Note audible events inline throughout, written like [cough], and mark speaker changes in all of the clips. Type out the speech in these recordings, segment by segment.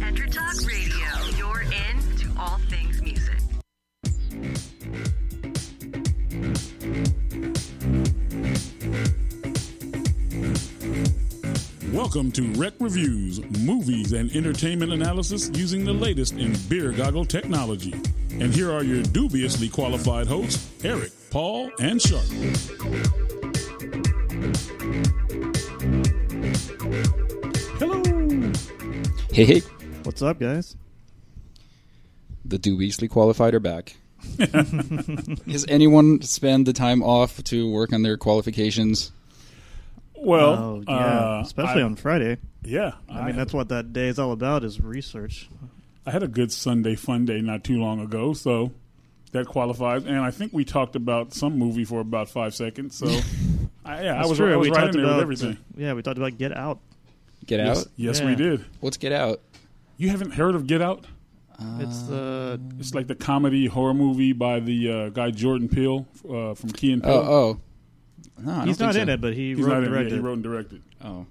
Speaker 1: After Talk Radio, you're in to all things music.
Speaker 2: Welcome to Rec Reviews, movies and entertainment analysis using the latest in beer goggle technology. And here are your dubiously qualified hosts, Eric, Paul, and Sharp. Hello.
Speaker 3: Hey, hey,
Speaker 4: What's up, guys?
Speaker 3: the Do Beasley qualified
Speaker 2: [laughs]
Speaker 3: are back. Has anyone spend the time off to work on their qualifications?
Speaker 2: Well,
Speaker 4: oh, yeah.
Speaker 2: uh,
Speaker 4: Especially
Speaker 2: I-
Speaker 4: on Friday.
Speaker 2: yeah.
Speaker 4: I mean, that's what that day is all about is research.
Speaker 2: I had a good Sunday fun day not too long ago, so that qualifies. And I think we talked about some movie for about five seconds.
Speaker 4: [laughs]
Speaker 2: So, I, yeah, I
Speaker 4: That's
Speaker 2: was,
Speaker 4: true.
Speaker 2: I was
Speaker 4: we
Speaker 2: right in
Speaker 4: talked
Speaker 2: there
Speaker 4: about uh,
Speaker 2: with everything.
Speaker 4: Yeah, we talked about Get Out.
Speaker 3: Get
Speaker 2: Yes,
Speaker 3: out.
Speaker 2: yes,
Speaker 4: Yeah.
Speaker 2: we did.
Speaker 3: Let's get out.
Speaker 2: You haven't heard of Get Out?
Speaker 4: It's uh, the
Speaker 2: It's like the comedy horror movie by the uh, guy Jordan Peele uh, from Key and Peele.
Speaker 3: Oh, oh. No, I
Speaker 4: he's
Speaker 3: don't
Speaker 4: not
Speaker 3: think
Speaker 4: in
Speaker 3: so.
Speaker 4: it, but he
Speaker 2: He's not
Speaker 4: wrote
Speaker 2: in it.
Speaker 4: and
Speaker 2: Yeah,
Speaker 4: directed.
Speaker 2: he wrote and directed.
Speaker 3: Oh,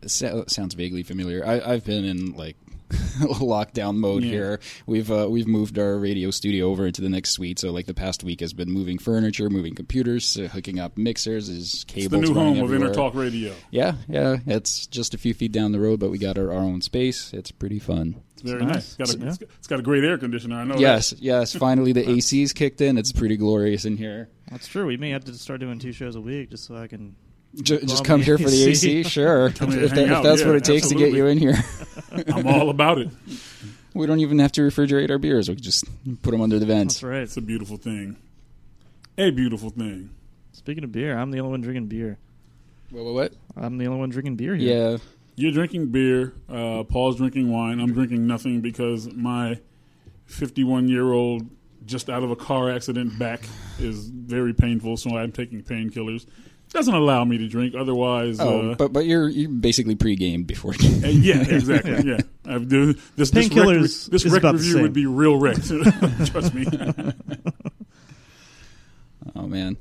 Speaker 3: It so- sounds vaguely familiar. I, I've been in like [laughs] lockdown mode
Speaker 2: Yeah.
Speaker 3: here. We've uh, we've moved our radio studio over into the next suite, so like the past week has been moving furniture, moving computers, uh, hooking up mixers, is cables.
Speaker 2: It's the new
Speaker 3: running
Speaker 2: home of
Speaker 3: everywhere.
Speaker 2: Intertalk Radio.
Speaker 3: Yeah, yeah. It's just a few feet down the road, but we got our, our own space. It's pretty fun.
Speaker 2: It's very nice.
Speaker 4: nice.
Speaker 2: It's got, a,
Speaker 4: Yeah.
Speaker 2: it's- it's got a great air conditioner. I know. that.
Speaker 3: Yes, yes. Finally, the AC's kicked in. It's pretty glorious in here.
Speaker 4: That's true. We may have to start doing two shows a week just so I can.
Speaker 3: J- just
Speaker 4: Love
Speaker 3: come
Speaker 4: the
Speaker 3: here for the
Speaker 2: [laughs]
Speaker 4: AC.
Speaker 3: AC, sure. if,
Speaker 2: here to
Speaker 3: if
Speaker 2: hang
Speaker 3: that- if
Speaker 2: out,
Speaker 3: that's
Speaker 2: yeah,
Speaker 3: what it takes to get you in here, [laughs]
Speaker 2: I'm all about it.
Speaker 3: we don't even have to refrigerate our beers. We can just put them under the vents.
Speaker 4: That's right.
Speaker 2: It's a beautiful thing. A beautiful thing.
Speaker 4: Speaking of beer, I'm the only one drinking beer.
Speaker 3: What? What? what?
Speaker 4: I'm the only one drinking beer here.
Speaker 3: Yeah.
Speaker 2: You're drinking beer. Uh, Paul's drinking wine. I'm drinking nothing because my 51 year old, just out of a car accident, back is very painful. So I'm taking painkillers. Doesn't allow me to drink. Otherwise,
Speaker 3: Oh,
Speaker 2: uh,
Speaker 3: but but you're you basically pre-game before. Game.
Speaker 2: uh, yeah, exactly. yeah, I've, this this rec-
Speaker 4: Painkillers
Speaker 2: This
Speaker 4: is
Speaker 2: rec
Speaker 4: about the
Speaker 2: review
Speaker 4: same.
Speaker 2: would be real wrecked. [laughs] Trust
Speaker 4: [laughs]
Speaker 2: me.
Speaker 3: [laughs] Oh man,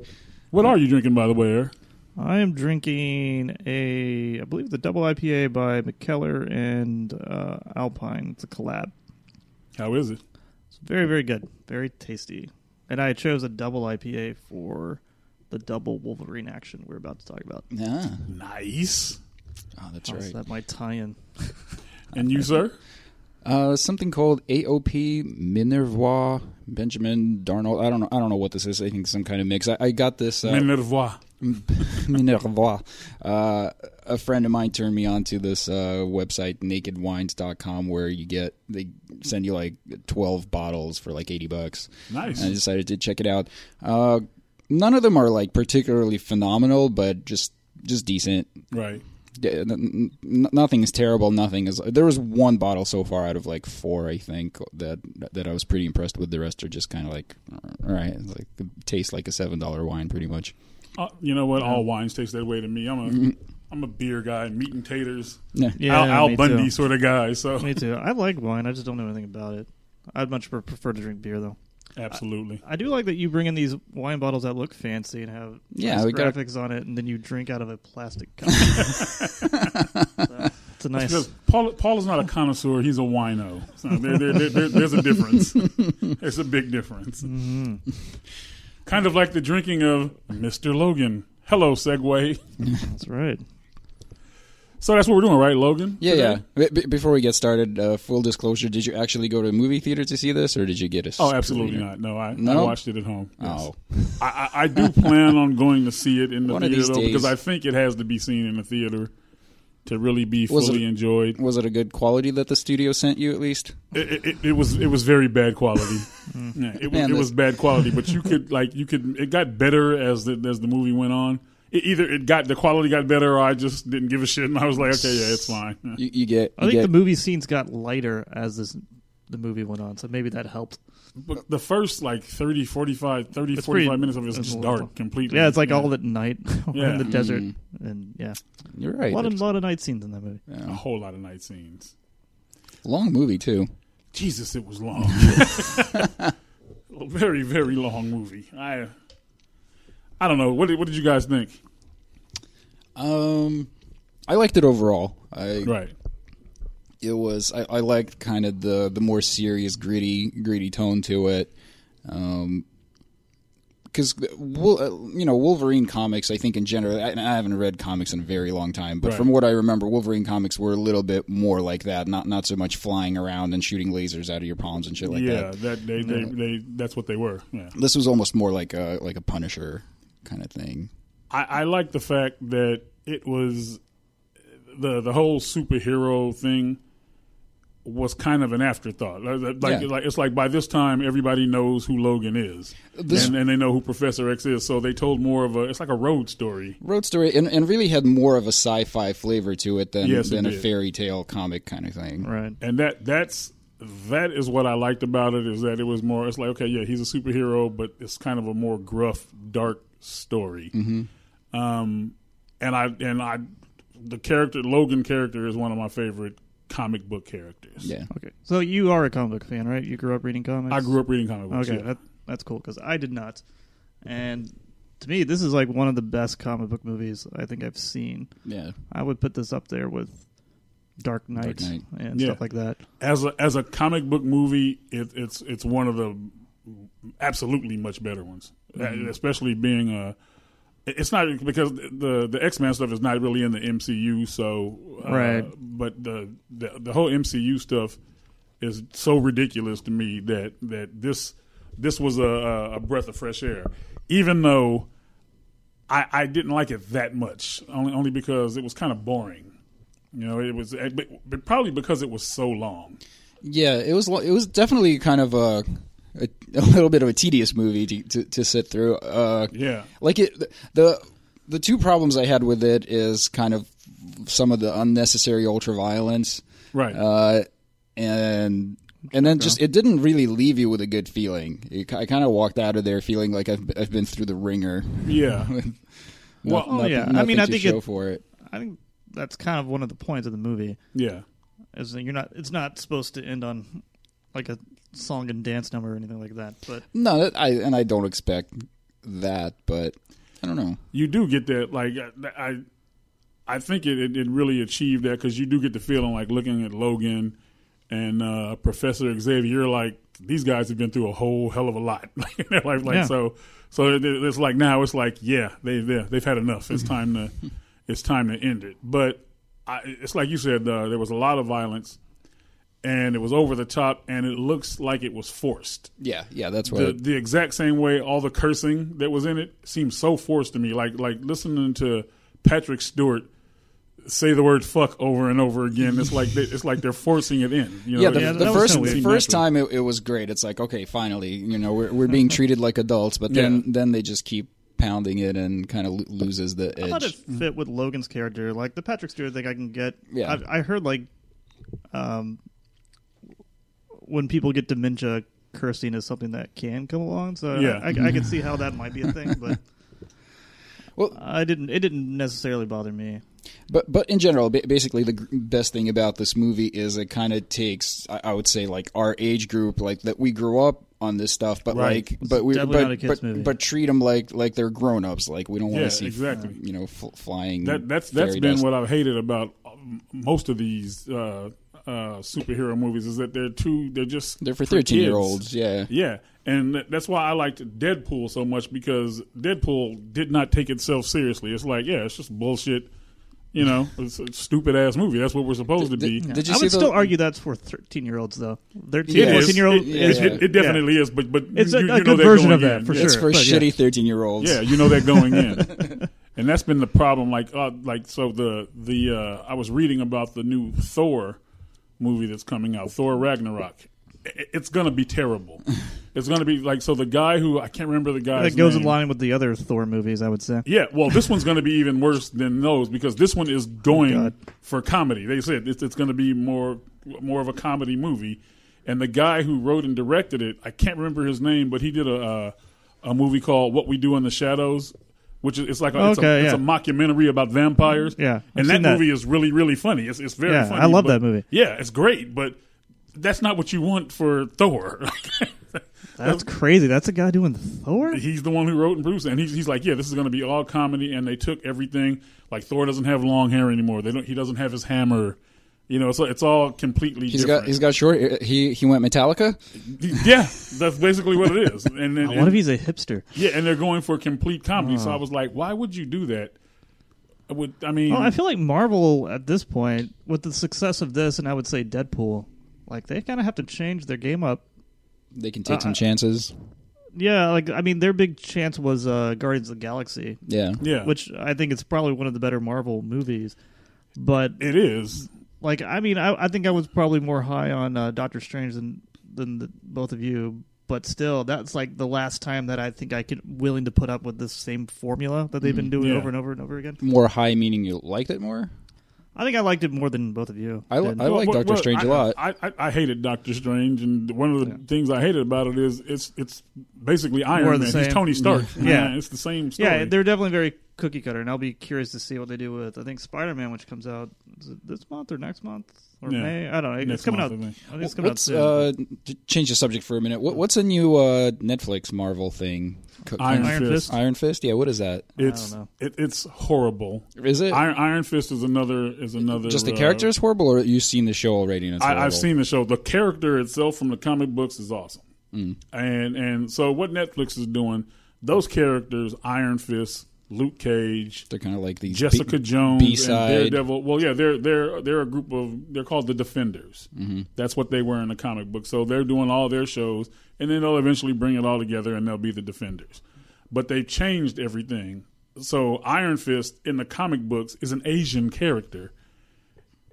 Speaker 2: what are you drinking, by the way? Eric?
Speaker 4: I am drinking a, I believe the double IPA by McKellar and uh, Alpine. It's a collab.
Speaker 2: How is it?
Speaker 4: It's very, very good. Very tasty. And I chose a double IPA for the double Wolverine action we're about to talk about.
Speaker 3: yeah.
Speaker 2: Nice.
Speaker 3: Oh, Ah. that's
Speaker 4: So
Speaker 3: right.
Speaker 4: that might tie in.
Speaker 2: And you, sir?
Speaker 3: Uh, something called AOP Minervois Benjamin Darnold. I don't know. I don't know what this is. I think some kind of mix. I, I got this. Uh, [laughs]
Speaker 2: Minervois.
Speaker 3: Minervois. Uh, a friend of mine turned me on to this uh, website, nakedwines.com, where you get, they send you like 12 bottles for like 80 bucks.
Speaker 2: Nice.
Speaker 3: And I decided to check it out. Uh, none of them are like particularly phenomenal, but just, just decent.
Speaker 2: Right.
Speaker 3: Yeah, n- n- n- nothing is terrible. Nothing is. There was one bottle so far out of like four, I think, that that I was pretty impressed with. The rest are just kind of like, all right, it's like tastes like a seven dollar wine, pretty much.
Speaker 2: Uh, you know what? All wines taste that way to me.
Speaker 4: Mm-hmm.
Speaker 2: I'm a I'm a beer guy, meat and taters,
Speaker 3: Yeah.
Speaker 2: Al, Al
Speaker 4: me
Speaker 2: Bundy
Speaker 4: Too.
Speaker 2: sort of guy. So
Speaker 4: Me too. I like wine. I just don't know anything about it. I'd much pre- prefer to drink beer, though.
Speaker 2: absolutely,
Speaker 4: I do like that you bring in these wine bottles that look fancy and have
Speaker 3: Yeah,
Speaker 4: nice
Speaker 3: we got-
Speaker 4: graphics on it, and then you drink out of a plastic
Speaker 3: [laughs]
Speaker 4: cup. so, it's a nice.
Speaker 2: because Paul Paul is not a connoisseur; he's a wino. So there, there, there, there- there's a
Speaker 4: [laughs]
Speaker 2: difference. There's a big difference.
Speaker 4: Mm-hmm.
Speaker 2: Kind of like the drinking of Mister Logan. Hello, Segway.
Speaker 4: That's right.
Speaker 2: So that's what we're doing, right, Logan?
Speaker 3: Yeah,
Speaker 2: Today?
Speaker 3: yeah. B- b- before we get started, uh, full disclosure: Did you actually go to a movie theater to see this, or did you get a?
Speaker 2: Oh,
Speaker 3: screener?
Speaker 2: absolutely not. No, I, I
Speaker 3: No?
Speaker 2: watched it at home. Yes.
Speaker 3: Oh,
Speaker 2: I, I I do plan on going to see it in the
Speaker 3: [laughs] One of
Speaker 2: theater
Speaker 3: these
Speaker 2: though, because
Speaker 3: days.
Speaker 2: I think it has to be seen in the theater to really be
Speaker 3: Was it-
Speaker 2: fully enjoyed.
Speaker 3: was it a good quality that the studio sent you? At least
Speaker 2: It, it- it, it was it was very bad
Speaker 4: [laughs]
Speaker 2: quality.
Speaker 4: Mm.
Speaker 2: yeah, it, was
Speaker 3: Man,
Speaker 2: it
Speaker 3: this-
Speaker 2: was bad quality, but
Speaker 3: [laughs]
Speaker 2: you could like you could it got better as the as the movie went on. It, either it got the quality got better, or I just didn't give a shit, and I was like, okay, yeah, it's fine.
Speaker 3: [laughs]
Speaker 2: Yeah.
Speaker 3: you, you get.
Speaker 4: I
Speaker 3: you
Speaker 4: think
Speaker 3: get-
Speaker 4: the movie scenes got lighter as this the movie went on, so maybe that helped.
Speaker 2: But the first like 30, 45, 30,
Speaker 4: It's
Speaker 2: 45
Speaker 4: pretty-
Speaker 2: minutes of it is
Speaker 4: it's
Speaker 2: just
Speaker 4: a little-
Speaker 2: dark completely.
Speaker 4: Yeah, it's like all at night [laughs]
Speaker 2: Yeah.
Speaker 4: in the
Speaker 2: Mm.
Speaker 4: desert, and yeah,
Speaker 3: You're
Speaker 4: a
Speaker 3: right.
Speaker 4: lot of
Speaker 3: It's
Speaker 4: lot of night scenes in that movie.
Speaker 2: a whole lot of night scenes.
Speaker 3: a long movie too.
Speaker 2: Jesus, it was long. a very, very long movie. I, I don't know. What did, what did you guys think?
Speaker 3: Um, I liked it overall. I
Speaker 2: Right.
Speaker 3: it was I, I liked kind of the the more serious, gritty, gritty tone to it. Um, because you know Wolverine comics, I think in general, I, and I haven't read comics in a very long time, but
Speaker 2: Right.
Speaker 3: from what I remember, Wolverine comics were a little bit more like that, not not so much flying around and shooting lasers out of your palms and shit like
Speaker 2: yeah,
Speaker 3: that.
Speaker 2: that, they, they, they that's what they were. Yeah.
Speaker 3: This was almost more like a like a Punisher kind of thing.
Speaker 2: I, I like the fact that it was the the whole superhero thing was kind of an afterthought. Like like,
Speaker 3: Yeah.
Speaker 2: like it's like by this time everybody knows who Logan is,
Speaker 3: This-
Speaker 2: and, and they know who Professor X is. So they told more of a it's like a road story.
Speaker 3: Road story and, and really had more of a sci-fi flavor to it than
Speaker 2: Yes, it
Speaker 3: than a
Speaker 2: did.
Speaker 3: fairy tale comic kind of thing.
Speaker 4: Right.
Speaker 2: and that that's that is what I liked about it is that it was more. It's like okay, yeah, he's a superhero, but it's kind of a more gruff, dark story.
Speaker 4: Mm-hmm.
Speaker 2: Um, and I and I, the character Logan character is one of my favorite comic book characters.
Speaker 3: Yeah.
Speaker 4: Okay. So you are a comic book fan, right? You grew up reading comics.
Speaker 2: I grew up reading comic books.
Speaker 4: Okay,
Speaker 2: yeah.
Speaker 4: that, that's cool because I did not. And to me, this is like one of the best comic book movies I think I've seen.
Speaker 3: Yeah.
Speaker 4: I would put this up there with Dark Knight,
Speaker 3: Dark Knight.
Speaker 4: and
Speaker 2: Yeah.
Speaker 4: stuff like that.
Speaker 2: as a as a comic book movie, it, it's it's one of the absolutely much better ones, Uh, especially being a. It's not because the the X Men stuff is not really in the MCU, so uh,
Speaker 4: Right.
Speaker 2: But the, the the whole MCU stuff is so ridiculous to me that that this this was a, a a breath of fresh air, even though I I didn't like it that much, only only because it was kind of boring. You know, it was but, but probably because it was so long.
Speaker 3: Yeah, it was lo- it was definitely kind of a a, a little bit of a tedious movie to to, to sit through. Uh,
Speaker 2: Yeah.
Speaker 3: like it the the two problems I had with it is kind of some of the unnecessary ultra violence,
Speaker 2: Right.
Speaker 3: uh, and and then just it didn't really leave you with a good feeling. It, ki- I kind of walked out of there feeling like I've I've been through the ringer.
Speaker 2: yeah. well,
Speaker 4: Oh, yeah. I mean,
Speaker 3: nothing
Speaker 4: I
Speaker 3: to
Speaker 4: think
Speaker 3: show
Speaker 4: it-
Speaker 3: for it.
Speaker 4: I think that's kind of one of the points of the movie
Speaker 2: yeah.
Speaker 4: is that you're not. It's not supposed to end on like a song and dance number or anything like that. But
Speaker 3: No, that, I and I don't expect that, but I don't know.
Speaker 2: You do get that like uh, I I- I think it, it, it really achieved that cuz you do get the feeling like looking at Logan and uh, Professor Xavier you're like these guys have been through a whole hell of a lot. [laughs] like like
Speaker 4: Yeah.
Speaker 2: so so it, it's like now it's like yeah, they they they've had enough. It's time to it's time to end it. But I, it's like you said uh, there was a lot of violence and it was over the top and it looks like it was forced.
Speaker 3: Yeah, yeah, that's what.
Speaker 2: the, the exact same way all the cursing that was in it seemed so forced to me. Like like listening to Patrick Stewart say the word fuck over and over again. It's like they, it's like they're forcing it in. You know,
Speaker 3: yeah, the,
Speaker 2: It-
Speaker 4: Yeah,
Speaker 3: the
Speaker 4: that was
Speaker 3: first
Speaker 4: kinda
Speaker 3: the
Speaker 4: weird.
Speaker 3: first time it, it was great. It's like okay, finally, you know, we're we're being treated like adults, but then
Speaker 2: Yeah.
Speaker 3: then they just keep pounding it and kind of lo- loses the
Speaker 4: I thought it
Speaker 3: edge.
Speaker 2: Mm-hmm.
Speaker 4: fit with Logan's character. Like the Patrick Stewart thing, I can get.
Speaker 3: Yeah.
Speaker 4: I've, I heard like, um, when people get dementia, cursing is something that can come along. So
Speaker 2: Yeah.
Speaker 4: I, I, can see how that might be a thing,
Speaker 2: [laughs]
Speaker 4: but.
Speaker 3: Well-
Speaker 4: I didn't. It didn't necessarily bother me.
Speaker 3: But but in general, ba- basically, the gr- best thing about this movie is it kind of takes, I, I would say, like our age group, like that we grew up on this stuff, but
Speaker 2: Right.
Speaker 3: like, but we,
Speaker 4: definitely
Speaker 3: but
Speaker 4: not a kids'
Speaker 3: but,
Speaker 4: movie.
Speaker 3: but treat them like like they're grown ups. Like we don't want
Speaker 2: Yeah,
Speaker 3: to see,
Speaker 2: exactly.
Speaker 3: you know, fl- flying.
Speaker 2: that that's that's
Speaker 3: fairy
Speaker 2: been
Speaker 3: dust.
Speaker 2: what I've hated about um, most of these uh, uh, superhero movies is that they're too they're just
Speaker 3: they're for
Speaker 2: kids.
Speaker 3: thirteen year olds. Yeah,
Speaker 2: Yeah, and th- that's why I liked Deadpool so much because Deadpool did not take itself seriously. It's like, yeah, it's just bullshit. You
Speaker 3: [laughs]
Speaker 2: know, it's a stupid ass movie. That's what we're supposed to be.
Speaker 3: Did- did you
Speaker 4: I
Speaker 3: see
Speaker 4: would
Speaker 3: the-
Speaker 4: still argue that's for thirteen-year-olds, though. Thirteen,
Speaker 2: It is.
Speaker 4: fourteen-year-old.
Speaker 2: It,
Speaker 3: yeah,
Speaker 2: it-
Speaker 3: yeah.
Speaker 2: it- it definitely is, but but
Speaker 4: It's a-
Speaker 2: you, you
Speaker 4: a
Speaker 2: know
Speaker 4: good
Speaker 2: that
Speaker 4: version
Speaker 2: going
Speaker 4: of that,
Speaker 2: in.
Speaker 4: for
Speaker 2: Yeah.
Speaker 3: it's
Speaker 4: sure,
Speaker 3: for
Speaker 4: but yeah.
Speaker 3: shitty thirteen year olds.
Speaker 2: Yeah, you know that going
Speaker 4: [laughs]
Speaker 2: in, and that's been the problem. Like, uh, like so the the uh, I was reading about the new Thor movie that's coming out, Thor Ragnarok. I- It's gonna be
Speaker 4: [laughs]
Speaker 2: terrible. It's gonna be like so. The guy who I can't remember the guy
Speaker 4: That goes
Speaker 2: name.
Speaker 4: in line with the other Thor movies, I would say.
Speaker 2: Yeah, well, this one's going to be even worse than those because this one is going
Speaker 4: Oh God.
Speaker 2: for comedy. They said it's, it's going to be more more of a comedy movie, and the guy who wrote and directed it, I can't remember his name, but he did a uh, a movie called What We Do in the Shadows, which is it's like a, it's, a,
Speaker 4: Okay,
Speaker 2: it's a
Speaker 4: yeah.
Speaker 2: mockumentary about vampires.
Speaker 4: Yeah, I've
Speaker 2: and that
Speaker 4: seen that.
Speaker 2: movie is really really funny. It's it's very
Speaker 4: Yeah,
Speaker 2: funny.
Speaker 4: I love
Speaker 2: but-
Speaker 4: that movie.
Speaker 2: Yeah, it's great, but that's not what you want for
Speaker 4: [laughs]
Speaker 2: Thor. [laughs]
Speaker 4: That's crazy. That's a guy doing Thor.
Speaker 2: he's the one who wrote and produced it. and he's, he's like yeah this is going to be all comedy and they took everything like thor doesn't have long hair anymore they don't he doesn't have his hammer You know, it's it's all completely
Speaker 3: He's
Speaker 2: different.
Speaker 3: got he's got short. uh, He he went Metallica.
Speaker 2: yeah, that's basically what it
Speaker 3: [laughs]
Speaker 2: is. And then
Speaker 4: What if he's Uh-huh. a hipster?
Speaker 2: yeah, and they're going for complete comedy. So I was like, why would you do that? I would I mean?
Speaker 4: Well, Oh, I feel like Marvel at this point, with the success of this, and I would say Deadpool, like they kind of have to change their game up.
Speaker 3: They can
Speaker 2: Uh-huh.
Speaker 3: take some chances.
Speaker 4: Yeah, like I mean, their big chance was uh, Guardians of the Galaxy,
Speaker 3: Yeah.
Speaker 2: yeah,
Speaker 4: which I think it's probably one of the better Marvel movies. But
Speaker 2: it is.
Speaker 4: like, I mean, I, I think I was probably more high on uh, Doctor Strange than than the, both of you. But still, that's like the last time that I think I could willing to put up with this same formula that they've been doing
Speaker 2: Yeah.
Speaker 4: over and over and over again.
Speaker 3: More high meaning you liked it more.
Speaker 4: I think I liked it more than both of you.
Speaker 3: I li-
Speaker 4: did.
Speaker 3: I like
Speaker 2: Well,
Speaker 3: Doctor
Speaker 2: well,
Speaker 3: Strange
Speaker 2: I-
Speaker 3: a lot.
Speaker 2: I, I, I hated Doctor Strange, and one of the things I hated about it is it's it's basically Iron
Speaker 4: More
Speaker 2: Man.
Speaker 4: the
Speaker 2: He's
Speaker 4: same.
Speaker 2: Tony Stark.
Speaker 4: Yeah.
Speaker 2: it's the same story.
Speaker 4: Yeah, they're definitely very cookie cutter, and I'll be curious to see what they do with. I think Spider Man, which comes out is it this month or next month or
Speaker 2: Yeah.
Speaker 4: May, I don't know. It's
Speaker 2: Next
Speaker 4: coming
Speaker 2: month,
Speaker 4: out.
Speaker 2: I
Speaker 4: I
Speaker 2: think.
Speaker 4: think it's coming
Speaker 3: Let's
Speaker 4: out soon.
Speaker 3: uh, j- change the subject for a minute. What, what's a new uh, Netflix Marvel thing? Co-
Speaker 2: Iron,
Speaker 4: Iron
Speaker 2: Fist.
Speaker 4: Fist.
Speaker 3: Iron Fist. Yeah. What is that?
Speaker 2: It's
Speaker 4: don't know.
Speaker 2: it, it's horrible.
Speaker 3: Is it
Speaker 2: Iron Iron Fist is another is another
Speaker 3: just the
Speaker 2: uh,
Speaker 3: character is horrible, or you've seen the show already? And it's
Speaker 2: I,
Speaker 3: horrible?
Speaker 2: I've seen the show. The character itself from the comic books is awesome,
Speaker 3: Mm.
Speaker 2: and and so what Netflix is doing, those characters, Iron Fist, Luke Cage,
Speaker 3: They're kind of like these B-
Speaker 2: Jessica Jones,
Speaker 3: B-side.
Speaker 2: and Daredevil. Well, yeah, they're they're they're a group of they're called the Defenders. Mm-hmm. That's what they were in the comic book. So they're doing all their shows, and then they'll eventually bring it all together, and they'll be the Defenders. But they changed everything. So Iron Fist in the comic books is an Asian character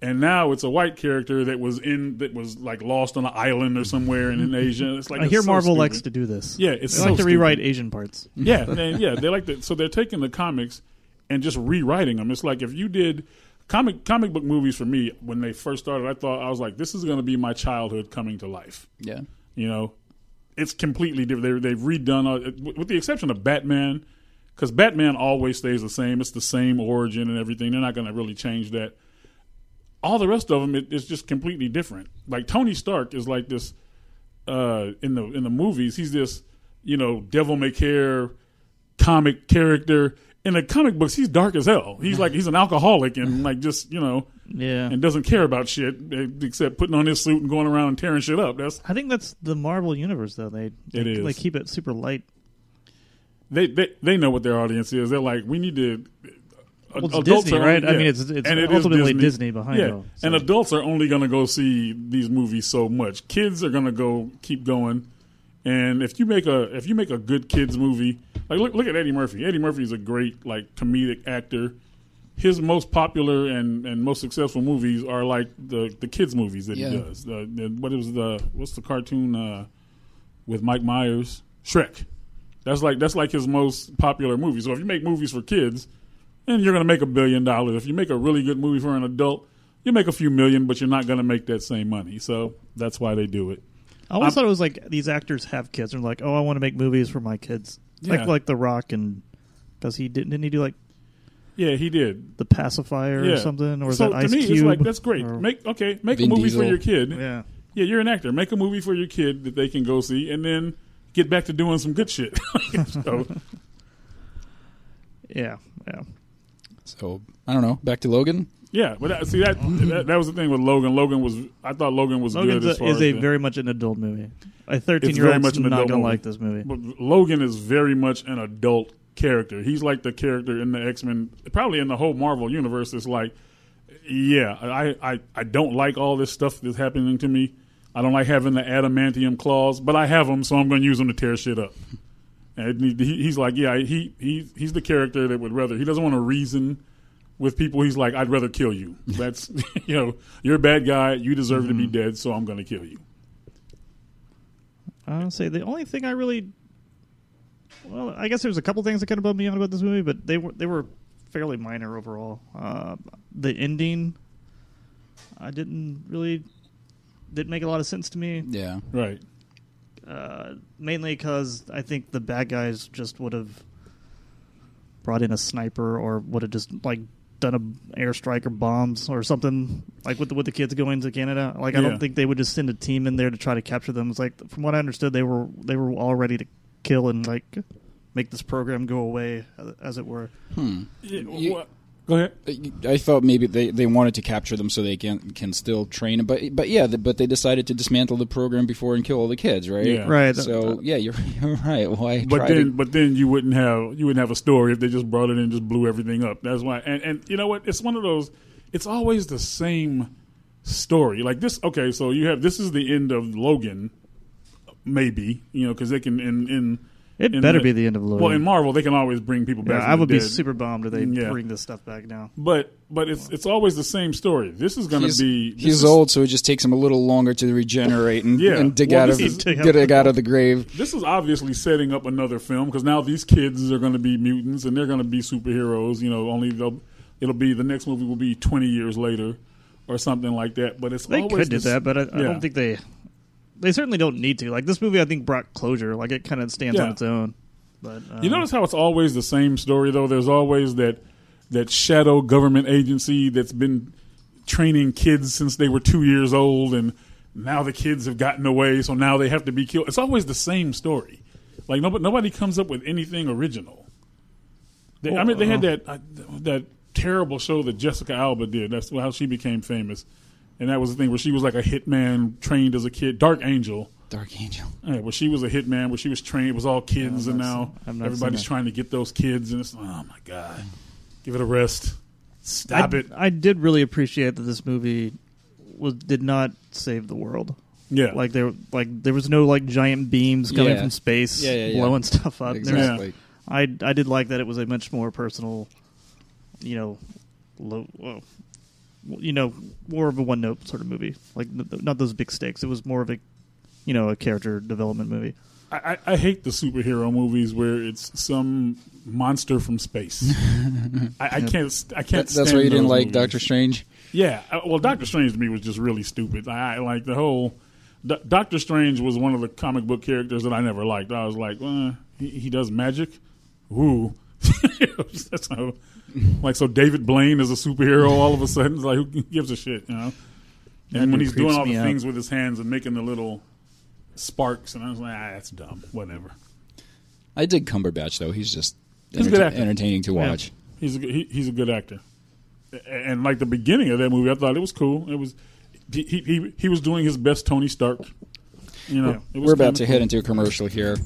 Speaker 2: and now it's a white character that was in that was like lost on an island or somewhere in, in Asia. It's like
Speaker 4: I
Speaker 2: it's
Speaker 4: hear
Speaker 2: so
Speaker 4: Marvel
Speaker 2: stupid.
Speaker 4: likes to do this.
Speaker 2: Yeah, it's
Speaker 4: they
Speaker 2: so
Speaker 4: like to
Speaker 2: stupid.
Speaker 4: rewrite Asian parts.
Speaker 2: [laughs] Yeah, they, yeah, they like that. So they're taking the comics and just rewriting them. It's like if you did comic comic book movies for me when they first started, I thought I was like, this is going to be my childhood coming to life.
Speaker 3: Yeah.
Speaker 2: You know, it's completely different. They, they've redone, all, with the exception of Batman, because Batman always stays the same. It's the same origin and everything. They're not going to really change that. All the rest of them, it, it's just completely different. Like Tony Stark is like this uh, in the in the movies. He's this you know devil may care comic character. In the comic books, he's dark as hell. He's like he's an alcoholic and like just you know
Speaker 4: Yeah,
Speaker 2: and doesn't care about shit eh, except putting on his suit and going around and tearing shit up. That's
Speaker 4: I think that's the Marvel universe, though. They they,
Speaker 2: It is.
Speaker 4: they keep it super light.
Speaker 2: they, they they know what their audience is. They're like, we need to.
Speaker 4: Well, it's
Speaker 2: adults
Speaker 4: Disney,
Speaker 2: are only-
Speaker 4: right? I
Speaker 2: yeah.
Speaker 4: mean, it's- it's
Speaker 2: And it is
Speaker 4: ultimately Disney behind
Speaker 2: Yeah,
Speaker 4: it all, so.
Speaker 2: and adults are only going to go see these movies so much. Kids are going to go keep going. And if you make a if you make a good kids movie, like look look at Eddie Murphy. Eddie Murphy is a great like comedic actor. His most popular and, and most successful movies are like the, the kids movies that
Speaker 3: Yeah.
Speaker 2: he does. The, the, what is the what's the cartoon uh, with Mike Myers? Shrek. That's like that's like his most popular movie. So if you make movies for kids, then you're going to make a billion dollars. If you make a really good movie for an adult, you make a few million, but you're not going to make that same money. So that's why they do it.
Speaker 4: I always
Speaker 2: I'm-
Speaker 4: thought it was like these actors have kids and like, oh, I want to make movies for my kids,
Speaker 2: Yeah.
Speaker 4: like like The Rock and because he didn't didn't he do like
Speaker 2: Yeah, he did.
Speaker 4: the pacifier
Speaker 2: Yeah.
Speaker 4: or something or
Speaker 2: so
Speaker 4: that Ice
Speaker 2: to me,
Speaker 4: Cube?
Speaker 2: it's like that's great.
Speaker 4: or-
Speaker 2: Make okay, make
Speaker 3: Vin
Speaker 2: a movie
Speaker 3: Diesel.
Speaker 2: for your kid.
Speaker 4: yeah.
Speaker 2: Yeah, you're an actor. Make a movie for your kid that they can go see, and then get back to doing some good shit. [laughs] so,
Speaker 4: Yeah, yeah.
Speaker 3: So I don't know. Back to Logan.
Speaker 2: yeah, but that, see that, that that was the thing with Logan. Logan was I thought Logan was
Speaker 4: Logan's
Speaker 2: good
Speaker 4: a,
Speaker 2: as far
Speaker 4: is
Speaker 2: as
Speaker 4: a
Speaker 2: the-
Speaker 4: very much an adult movie. A thirteen
Speaker 2: It's
Speaker 4: year
Speaker 2: very
Speaker 4: old's
Speaker 2: much an
Speaker 4: not
Speaker 2: adult
Speaker 4: gonna
Speaker 2: movie.
Speaker 4: like this movie.
Speaker 2: But Logan is very much an adult character. He's like the character in the X Men, probably in the whole Marvel universe. It's like, yeah, I, I, I don't like all this stuff that's happening to me. I don't like having the adamantium claws, but I have them, so I'm going to use them to tear shit up. And he, he- he's like, yeah, he, he he's the character that would rather he doesn't want to reason with people. He's like, I'd rather kill you. That's [laughs] you know, you're a bad guy. You deserve to be dead, so I'm going to kill you.
Speaker 4: I would say the only thing I really, well, I guess there was a couple things that kind of bummed me out about this movie, but they were they were fairly minor overall. Uh, the ending, I didn't really didn't make a lot of sense to me,
Speaker 3: Yeah.
Speaker 2: Right.
Speaker 4: uh, mainly because I think the bad guys just would have brought in a sniper or would have just like done a airstrike or bombs or something like with the, with the kids going to Canada. Like I
Speaker 2: Yeah.
Speaker 4: don't think they would just send a team in there to try to capture them. It's like from what I understood, they were they were all ready to kill and like make this program go away, as it were.
Speaker 2: Yeah,
Speaker 3: You-
Speaker 2: well, Go ahead.
Speaker 3: I thought maybe they, they wanted to capture them so they can can still train them, but but yeah, the, but they decided to dismantle the program before and kill all the kids, right?
Speaker 2: Yeah.
Speaker 4: Right.
Speaker 3: So yeah, you're, [laughs] you're right. Why?
Speaker 2: But
Speaker 3: try
Speaker 2: then,
Speaker 3: to,
Speaker 2: but then you wouldn't have you wouldn't have a story if they just brought it in and just blew everything up. That's why. And and you know what? It's one of those. It's always the same story. Like this. Okay, so you have this is the end of Logan. Maybe you know because they can in in
Speaker 4: It
Speaker 2: in
Speaker 4: better be the end of Logan.
Speaker 2: Well, in Marvel, they can always bring people
Speaker 4: Yeah,
Speaker 2: back. from
Speaker 4: I
Speaker 2: the
Speaker 4: would be
Speaker 2: dead.
Speaker 4: super bummed if they
Speaker 2: Yeah.
Speaker 4: bring this stuff back now.
Speaker 2: But but it's it's always the same story. This is going to
Speaker 3: he's,
Speaker 2: be this
Speaker 3: he's
Speaker 2: is-
Speaker 3: old, so it just takes him a little longer to regenerate and,
Speaker 2: Yeah.
Speaker 3: and dig
Speaker 2: Well,
Speaker 3: out
Speaker 2: this
Speaker 3: of
Speaker 2: is-
Speaker 4: Dig
Speaker 3: dig out of the grave.
Speaker 2: This is obviously setting up another film because now these kids are going to be mutants and they're going to be superheroes. You know, only they'll it'll be the next movie will be twenty years later or something like that. But it's
Speaker 4: They
Speaker 2: always
Speaker 4: could do
Speaker 2: this-
Speaker 4: that, but I, I
Speaker 2: yeah.
Speaker 4: don't think they. They certainly don't need to. Like this movie, I think brought closure. Like it kind of stands on
Speaker 2: Yeah.
Speaker 4: its own. But um,
Speaker 2: You notice how it's always the same story though. There's always that that shadow government agency that's been training kids since they were two years old, and now the kids have gotten away, so now they have to be killed. It's always the same story. Like nobody nobody comes up with anything original. They, I mean, they had that uh, that terrible show that Jessica Alba did. That's how she became famous, and that was the thing where she was like a hitman trained as a kid, Dark Angel.
Speaker 3: Dark Angel.
Speaker 2: Yeah, well, she was a hitman, where she was trained. It was all kids, and
Speaker 4: not
Speaker 2: now
Speaker 4: seen- I've not seen
Speaker 2: everybody's
Speaker 4: that.
Speaker 2: trying to get those kids. And it's oh my god, give it a rest, stop
Speaker 4: I,
Speaker 2: it.
Speaker 4: I did really appreciate that this movie was did not save the world.
Speaker 2: Yeah,
Speaker 4: Like there, like there was no like giant beams coming
Speaker 3: Yeah.
Speaker 4: from space
Speaker 3: Yeah, yeah, yeah.
Speaker 4: blowing stuff up. There was-
Speaker 3: Exactly.
Speaker 4: I I did like that it was a much more personal, you know, low, well, you know, more of a one note sort of movie. Like n- th- not those big stakes. It was more of a, you know, a character development movie.
Speaker 2: I, I I hate the superhero movies where it's some monster from
Speaker 4: [laughs]
Speaker 2: space. I, I can't. st- I can't.
Speaker 3: That, that's
Speaker 2: stand
Speaker 3: why you didn't
Speaker 2: those
Speaker 3: like
Speaker 2: movies.
Speaker 3: Doctor Strange.
Speaker 2: Yeah, uh, well, Doctor Strange to me was just really stupid. I I- like the whole. Do- Doctor Strange was one of the comic book characters that I never liked. I was like, eh, he, he does magic, ooh. [laughs] That's how- like so, David Blaine is a superhero all of a sudden. It's like, who gives a shit, you know? And when
Speaker 4: dude
Speaker 2: he's doing
Speaker 4: creeps
Speaker 2: all the
Speaker 4: me out.
Speaker 2: things with his hands and making the little sparks, and I was like, ah, that's dumb. Whatever.
Speaker 3: I dig Cumberbatch though. He's just
Speaker 2: a good
Speaker 3: enterta-
Speaker 2: actor.
Speaker 3: entertaining to
Speaker 4: Yeah.
Speaker 3: watch.
Speaker 2: He's a good, he, he's a good actor, A- and like the beginning of that movie, I thought it was cool. It was he he- he, he was doing his best Tony Stark. You know, it was
Speaker 3: We're about
Speaker 2: kinda
Speaker 3: to
Speaker 2: cool.
Speaker 3: head into a commercial here.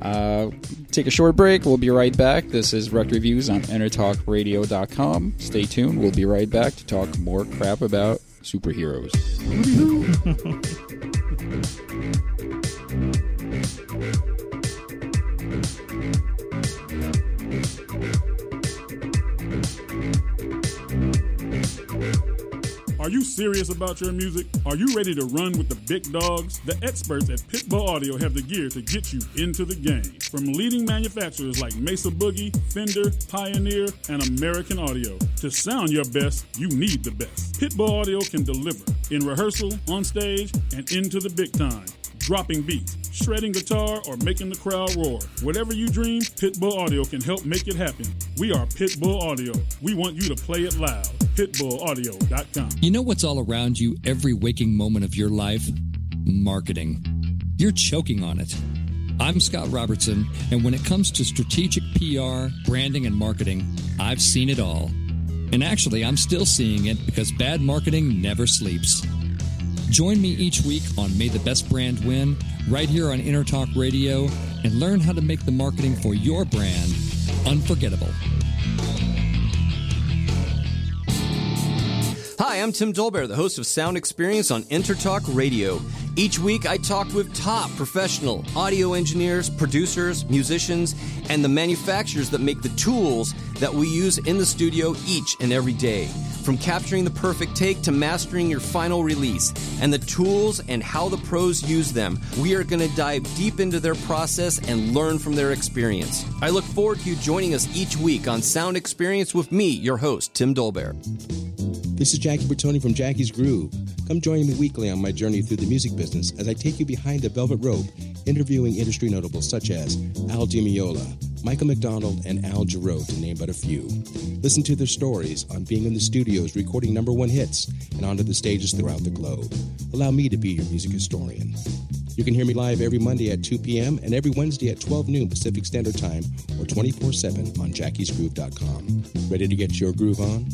Speaker 3: Uh, take a short break. We'll be right back. This is Rec Reviews on EnterTalkRadio.com. Stay tuned. We'll be right back to talk more crap about superheroes.
Speaker 2: Are you serious about your music? Are you ready to run with the big dogs? The experts at Pitbull Audio have the gear to get you into the game. From leading manufacturers like Mesa Boogie, Fender, Pioneer, and American Audio. To sound your best, you need the best. Pitbull Audio can deliver in rehearsal, on stage, and into the big time dropping beats, shredding guitar, or making the crowd roar. Whatever you dream, Pitbull Audio can help make it happen. We are Pitbull Audio. We want you to play it loud. PitbullAudio.com.
Speaker 5: You know what's all around you every waking moment of your life? Marketing. You're choking on it. I'm Scott Robertson, and when it comes to strategic PR, branding, and marketing, I've seen it all. And actually, I'm still seeing it because bad marketing never sleeps. Join me each week on May the Best Brand Win, right here on Inner Talk Radio, and learn how to make the marketing for your brand unforgettable.
Speaker 6: Hi, I'm Tim Dolbear, the host of Sound Experience on Intertalk Radio. Each week, I talk with top professional audio engineers, producers, musicians, and the manufacturers that make the tools that we use in the studio each and every day. From capturing the perfect take to mastering your final release, and the tools and how the pros use them, we are going to dive deep into their process and learn from their experience. I look forward to you joining us each week on Sound Experience with me, your host, Tim Dolbear.
Speaker 7: This is Jackie Bertoni from Jackie's Groove. Come join me weekly on my journey through the music business as I take you behind the velvet rope, interviewing industry notables such as Al DiMiola, Michael McDonald, and Al Giroux, to name but a few. Listen to their stories on being in the studios recording number one hits and onto the stages throughout the globe. Allow me to be your music historian. You can hear me live every Monday at 2 p.m. and every Wednesday at 12 noon Pacific Standard Time or 24 7 on jackiesgroove.com. Ready to get your groove on?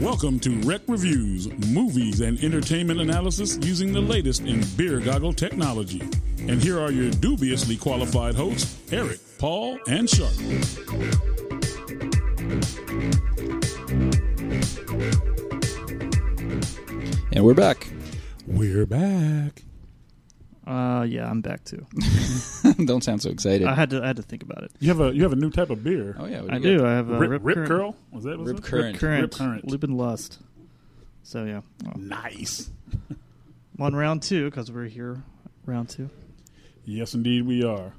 Speaker 2: Welcome to Rec Reviews, movies and entertainment analysis using the latest in beer goggle technology. And here are your dubiously qualified hosts, Eric, Paul, and Sharp.
Speaker 3: And we're back. [laughs]
Speaker 2: We're back.
Speaker 4: Uh, yeah, I'm back too.
Speaker 3: Don't sound so excited.
Speaker 4: I had to I had to think about it.
Speaker 2: You have a you have a new type of beer.
Speaker 3: oh yeah, what
Speaker 4: I
Speaker 3: we
Speaker 4: do.
Speaker 2: uh,
Speaker 3: got?
Speaker 4: I have a
Speaker 2: Rip, rip,
Speaker 4: current,
Speaker 2: curl? Was that was
Speaker 3: Rip
Speaker 2: it?
Speaker 3: Current.
Speaker 4: Rip current,
Speaker 2: Rip current.
Speaker 4: Lupin Lust. So yeah, Well,
Speaker 2: Nice.
Speaker 4: I'm on round two because we're here. Round two.
Speaker 2: Yes, indeed, we are.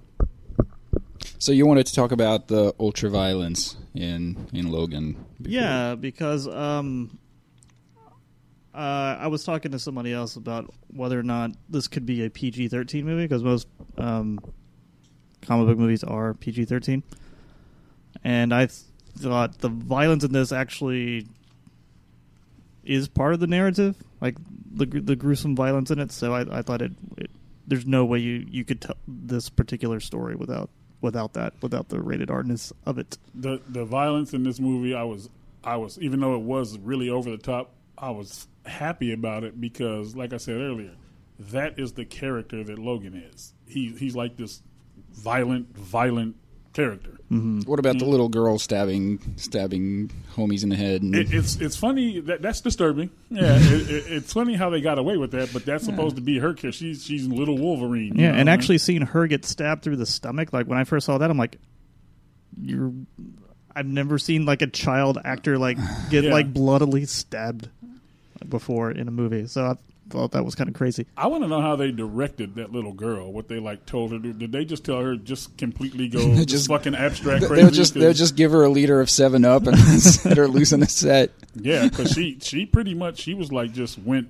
Speaker 3: So you wanted to talk about the ultra violence in in Logan?
Speaker 4: Yeah, because um, uh, I was talking to somebody else about whether or not this could be a PG thirteen movie because most um, comic book movies are PG thirteen, and I th- thought the violence in this actually is part of the narrative, like the gr- the gruesome violence in it. So I, I thought it, it there's no way you, you could tell this particular story without without that without the rated Rness of it.
Speaker 2: the the violence in this movie i was i was even though it was really over the top i was happy about it because like i said earlier that is the character that logan is he he's like this violent violent character
Speaker 3: What about the
Speaker 2: Mm.
Speaker 3: little girl stabbing stabbing homies in the head? And,
Speaker 2: it, it's it's funny that that's disturbing
Speaker 3: [laughs]
Speaker 2: yeah it, it, it's funny how they got away with that but that's supposed to be her character she's she's little wolverine you know
Speaker 4: Yeah, and
Speaker 2: what I mean?
Speaker 4: actually seeing her get stabbed through the stomach, like when I first saw that, I'm like, you're. I've never seen like a child
Speaker 2: [sighs]
Speaker 4: actor like get
Speaker 2: Yeah.
Speaker 4: like bloodily stabbed before in a movie, so I thought that was kind of crazy.
Speaker 2: I want to know how they directed that little girl. What they like told her? to- Did they just tell her just completely
Speaker 3: [laughs]
Speaker 2: go just fucking abstract?
Speaker 3: They-
Speaker 2: crazy?
Speaker 3: they'll just they'll
Speaker 2: 'Cause-
Speaker 3: just give her a liter of Seven Up and [laughs] set her loose in the set.
Speaker 2: Yeah,
Speaker 4: [laughs]
Speaker 2: because she she pretty much she was like just went.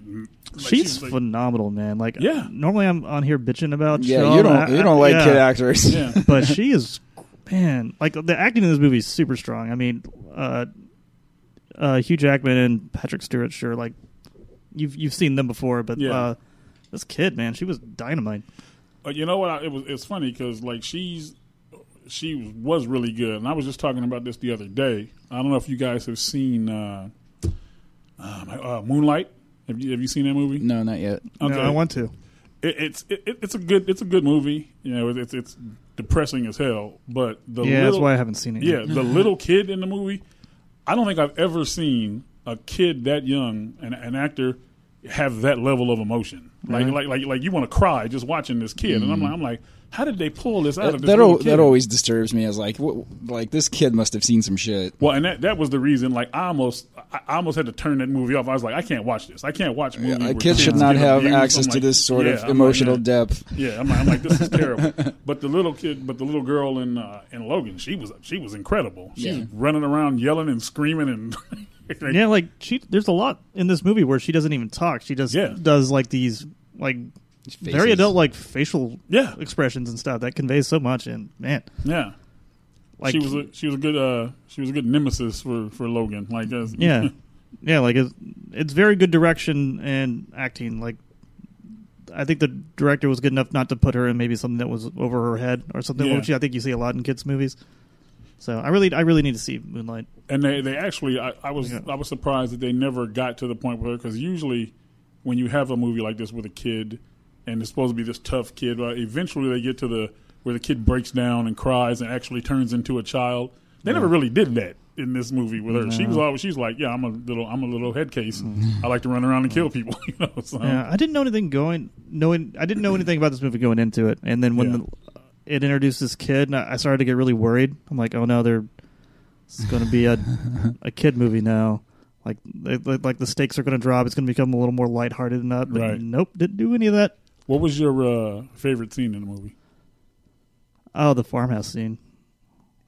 Speaker 2: Like she
Speaker 4: She's
Speaker 2: was like-
Speaker 4: phenomenal, man. Like,
Speaker 2: Yeah.
Speaker 4: normally I'm on here bitching about.
Speaker 3: Yeah,
Speaker 4: Shaw,
Speaker 3: you
Speaker 4: I-
Speaker 3: don't you don't like
Speaker 4: yeah.
Speaker 3: kid actors.
Speaker 2: Yeah,
Speaker 4: but
Speaker 2: [laughs]
Speaker 4: she is man like the acting in this movie is super strong i mean uh uh hugh jackman and patrick stewart sure like you've you've seen them before but
Speaker 2: Yeah.
Speaker 4: uh this kid man she was dynamite
Speaker 2: But you know what? I, it was it's funny because like she's she was really good, and I was just talking about this the other day. I don't know if you guys have seen uh, uh, my- uh, Moonlight. Have you have you seen that movie?
Speaker 3: No, not yet.
Speaker 4: No, i want to
Speaker 2: it, it's it, it's a good it's a good movie. You know, it's it's depressing as hell, but the
Speaker 4: yeah that's
Speaker 2: little-
Speaker 4: why i haven't seen it
Speaker 2: Yeah,
Speaker 3: [laughs]
Speaker 4: yet.
Speaker 2: the little kid in the movie. I don't think I've ever seen a kid that young, an, an actor, have that level of emotion. Like, like, like, like you want to cry just watching this kid, and I'm like, I'm like, how did they pull this out of
Speaker 3: Mm-hmm. That
Speaker 2: this
Speaker 3: that,
Speaker 2: little
Speaker 3: al-
Speaker 2: kid?
Speaker 3: that always disturbs me. I was like, what, like this kid must have seen some shit.
Speaker 2: Well, and that, that was the reason. Like, I almost, I I almost had to turn that movie off. I was like, I can't watch this. I can't watch a movie.
Speaker 3: A
Speaker 2: where
Speaker 3: kid should
Speaker 2: kids
Speaker 3: not
Speaker 2: get
Speaker 3: have
Speaker 2: abused.
Speaker 3: access
Speaker 2: I'm
Speaker 3: to
Speaker 2: like,
Speaker 3: this sort
Speaker 2: yeah, I'm
Speaker 3: of
Speaker 2: like,
Speaker 3: emotional
Speaker 2: yeah.
Speaker 3: depth.
Speaker 2: Yeah, I'm like, I'm like this is terrible. but the little kid, but the little girl in uh, in Logan, she was she was incredible. She's
Speaker 3: Yeah.
Speaker 2: running around yelling and screaming and [laughs]
Speaker 4: yeah like she there's a lot in this movie where she doesn't even talk she just
Speaker 2: Yeah.
Speaker 4: does like these like very
Speaker 3: Faces.
Speaker 4: adult like facial
Speaker 2: Yeah.
Speaker 4: expressions and stuff that conveys so much and man
Speaker 2: yeah.
Speaker 4: like
Speaker 2: she was a, she was a good uh, she was a good nemesis for, for Logan. Like as,
Speaker 4: Yeah, yeah. Like it's, it's very good direction and acting. Like I think the director was good enough not to put her in maybe something that was over her head or something,
Speaker 2: Yeah.
Speaker 4: which I think you see a lot in kids' movies. So I really, I really need to see Moonlight.
Speaker 2: and they, they actually I, I was
Speaker 4: Yeah.
Speaker 2: I was surprised that they never got to the point where because usually when you have a movie like this with a kid and it's supposed to be this tough kid, but eventually they get to the where the kid breaks down and cries and actually turns into a child. They never really did that in this movie with her. She was always she's like, yeah, I'm a little I'm a little head case. I like to run around and kill people. [laughs] You know, so
Speaker 4: Yeah, I didn't know anything going, knowing I didn't know anything about this movie going into it, and then when
Speaker 2: Yeah.
Speaker 4: the, it introduced this kid, and I I started to get really worried. I'm like, oh no, they're it's going to
Speaker 2: [laughs]
Speaker 4: be a a kid movie now. Like, they, like like the stakes are going to drop. It's going to become a little more lighthearted than that. But
Speaker 2: Right.
Speaker 4: nope, didn't do any of that.
Speaker 2: what was your uh, favorite scene in the movie?
Speaker 4: Oh, the farmhouse scene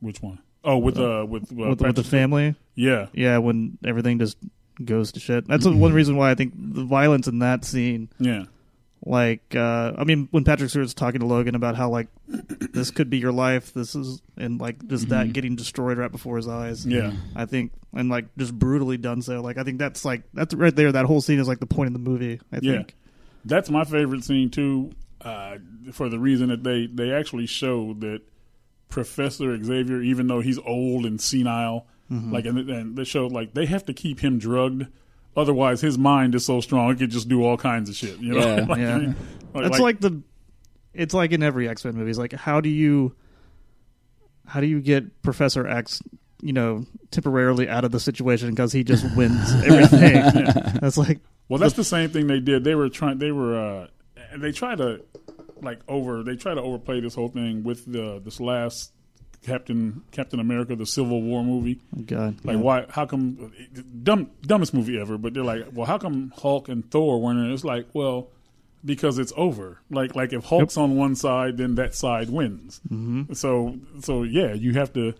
Speaker 2: Which one? Oh, with uh, with uh,
Speaker 4: with, with the
Speaker 2: Patrick-
Speaker 4: family.
Speaker 2: yeah,
Speaker 4: Yeah, when
Speaker 2: [laughs]
Speaker 4: everything just goes to shit. That's one reason why I think the violence in that scene
Speaker 2: yeah.
Speaker 4: Like, uh, I mean, when Patrick Stewart's talking to Logan about how like this could be your life, this is and like just that getting destroyed right before his eyes.
Speaker 2: Mm-hmm. Yeah.
Speaker 4: I think and like just brutally done so. Like, I think that's like that's right there. That whole scene is like the point of the movie. I
Speaker 2: Yeah,
Speaker 4: think.
Speaker 2: that's my favorite scene too, uh, for the reason that they they actually showed that Professor Xavier, even though he's old and senile,
Speaker 4: Mm-hmm.
Speaker 2: like and, and they showed like they have to keep him drugged, otherwise his mind is so strong it could just do all kinds of shit. You know,
Speaker 3: Yeah,
Speaker 2: [laughs] Like,
Speaker 4: yeah.
Speaker 2: I mean, like-
Speaker 4: That's like, the. It's like in every X Men movie. It's like how do you, how do you get Professor X, you know, temporarily out of the situation because he just
Speaker 2: [laughs]
Speaker 4: wins everything. That's like
Speaker 2: Well, that's the same thing they did. They were trying. They were. Uh, they try to like over. They try to overplay this whole thing with the this last Captain Captain America, the Civil War movie.
Speaker 4: God.
Speaker 2: Like why? How come? Dumb, dumbest movie ever. But they're like, well, how come Hulk and Thor weren't? in it? It's like, well, because it's over. Like, like if Hulk's on one side, then that side wins. Mm-hmm. So, so yeah, you have to,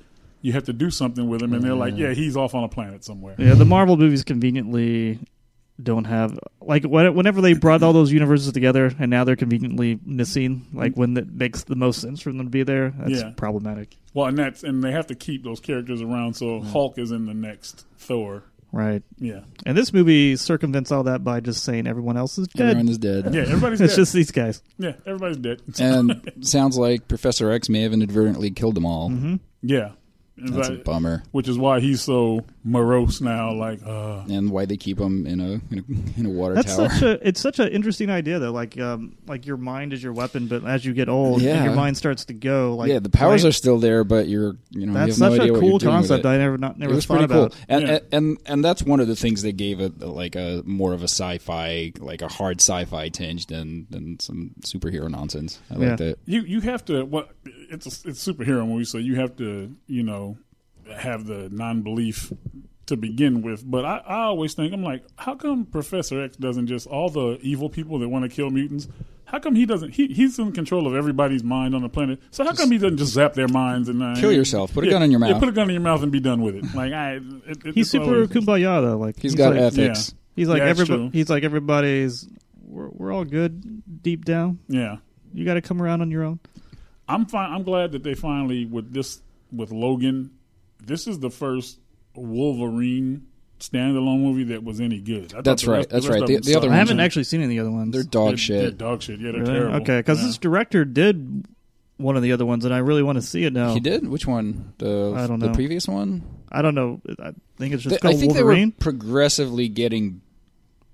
Speaker 2: you have to do something with him. And they're like, yeah, he's off on a planet somewhere.
Speaker 4: Yeah, the Marvel movies conveniently don't have like when- whenever they brought all those universes together, and now they're conveniently missing. Like when it makes the most sense for them to be there, that's
Speaker 2: Yeah.
Speaker 4: problematic,
Speaker 2: Well, and that's and they have to keep those characters around. So Hulk is in the next Thor.
Speaker 4: right?
Speaker 2: Yeah,
Speaker 4: And this movie circumvents all that by just saying everyone else is dead.
Speaker 3: Everyone is dead.
Speaker 2: yeah. Everybody's
Speaker 4: [laughs] it's
Speaker 2: dead.
Speaker 4: just these guys.
Speaker 2: yeah, everybody's dead.
Speaker 3: And sounds like Professor X may have inadvertently killed them all.
Speaker 4: Mm-hmm.
Speaker 2: yeah, And
Speaker 3: That's a
Speaker 2: that-
Speaker 3: bummer.
Speaker 2: Which is why he's so morose now. Like, uh,
Speaker 3: And why they keep him in a in a, in a water
Speaker 4: That's
Speaker 3: tower?
Speaker 4: such a it's such an interesting idea though. Like um like your mind is your weapon, but as you get old,
Speaker 3: Yeah.
Speaker 4: your mind starts to go.
Speaker 3: [laughs]
Speaker 4: Like
Speaker 3: yeah, the powers
Speaker 4: right?
Speaker 3: are still there, but you're you know
Speaker 4: That's
Speaker 3: you have
Speaker 4: such
Speaker 3: no idea
Speaker 4: a
Speaker 3: what
Speaker 4: cool
Speaker 3: you're doing with
Speaker 4: concept.
Speaker 3: it.
Speaker 4: I never not never
Speaker 3: it was
Speaker 4: thought
Speaker 3: pretty
Speaker 4: about.
Speaker 3: cool, and,
Speaker 2: Yeah.
Speaker 3: and and that's one of the things they gave it like a more of a sci-fi, like a hard sci-fi tinge than than some superhero nonsense. I
Speaker 4: Yeah.
Speaker 3: liked it.
Speaker 2: you you have to. What it's a, it's a superhero movie, so you have to you know have the non belief to begin with. But I, I always think I'm like, how come Professor X doesn't just all the evil people that want to kill mutants? How come he doesn't? He, he's in control of everybody's mind on the planet. So how come he doesn't just zap their minds and uh,
Speaker 3: Kill yourself. Put a gun in your
Speaker 2: Yeah,
Speaker 3: mouth.
Speaker 2: put a gun in your mouth and be done with it. Like I, it, it-
Speaker 4: He's
Speaker 2: it's
Speaker 4: super
Speaker 2: always-
Speaker 4: kumbaya though. Like
Speaker 3: He's got
Speaker 4: like,
Speaker 3: ethics.
Speaker 4: He's like
Speaker 2: Yeah, that's true.
Speaker 4: everybody. He's like everybody's. We're, we're all good deep down.
Speaker 2: Yeah,
Speaker 4: You got to come around on your own.
Speaker 2: I'm fine. I'm glad that they finally with this with Logan. This is the first Wolverine standalone movie that was any good. I thought
Speaker 3: That's
Speaker 2: the
Speaker 3: right,
Speaker 2: rest-
Speaker 3: that's
Speaker 2: the rest
Speaker 3: right.
Speaker 2: of
Speaker 3: The-
Speaker 2: them
Speaker 3: the other
Speaker 2: sucked.
Speaker 4: I haven't
Speaker 3: Imagine-
Speaker 4: actually seen any of the other ones.
Speaker 3: They're dog
Speaker 2: They're-
Speaker 3: shit.
Speaker 2: They're dog shit. Yeah, they're
Speaker 4: Really?
Speaker 2: terrible.
Speaker 4: Okay, because
Speaker 2: Yeah.
Speaker 4: this director did one of the other ones, and I really want to see it now.
Speaker 3: He did which one? The
Speaker 4: I don't
Speaker 3: the
Speaker 4: know.
Speaker 3: previous one.
Speaker 4: I don't know. I think it's
Speaker 3: They-
Speaker 4: just
Speaker 3: I
Speaker 4: called
Speaker 3: think they were
Speaker 4: Wolverine.
Speaker 3: progressively getting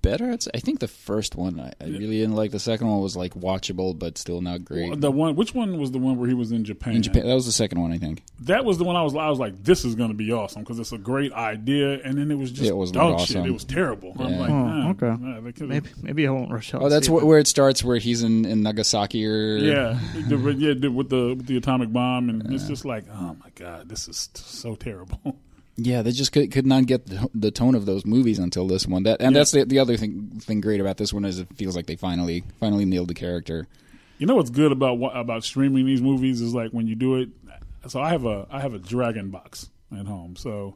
Speaker 3: better. I'd say. I think the first one I, I really didn't like. The second one was like watchable, but still not great.
Speaker 2: the one, which one was the one where he was in Japan?
Speaker 3: in Japan, that was the second one, I think.
Speaker 2: That was the one I was. I was like, this is going to be awesome because it's a great idea, and then it was just
Speaker 3: It was
Speaker 2: dog
Speaker 3: not
Speaker 2: shit.
Speaker 3: awesome.
Speaker 2: It was terrible. I'm
Speaker 3: Yeah.
Speaker 2: like,
Speaker 4: Oh,
Speaker 2: nah,
Speaker 4: okay.
Speaker 2: nah, they could've-
Speaker 4: Maybe maybe I won't rush out.
Speaker 3: Oh,
Speaker 4: and
Speaker 3: that's
Speaker 4: see
Speaker 3: wh-
Speaker 4: it.
Speaker 3: where it starts, where he's in, in Nagasaki or
Speaker 2: Yeah, the, but yeah, the, with the with the atomic bomb, and it's just like, oh my god, this is t- so terrible. [laughs]
Speaker 3: Yeah, they just could, could not get the- the tone of those movies until this one. That and that's the, the other thing thing great about this one is it feels like they finally finally nailed the character.
Speaker 2: You know what's good about wha- about streaming these movies is like when you do it. So I have a I have a Dragon box at home. So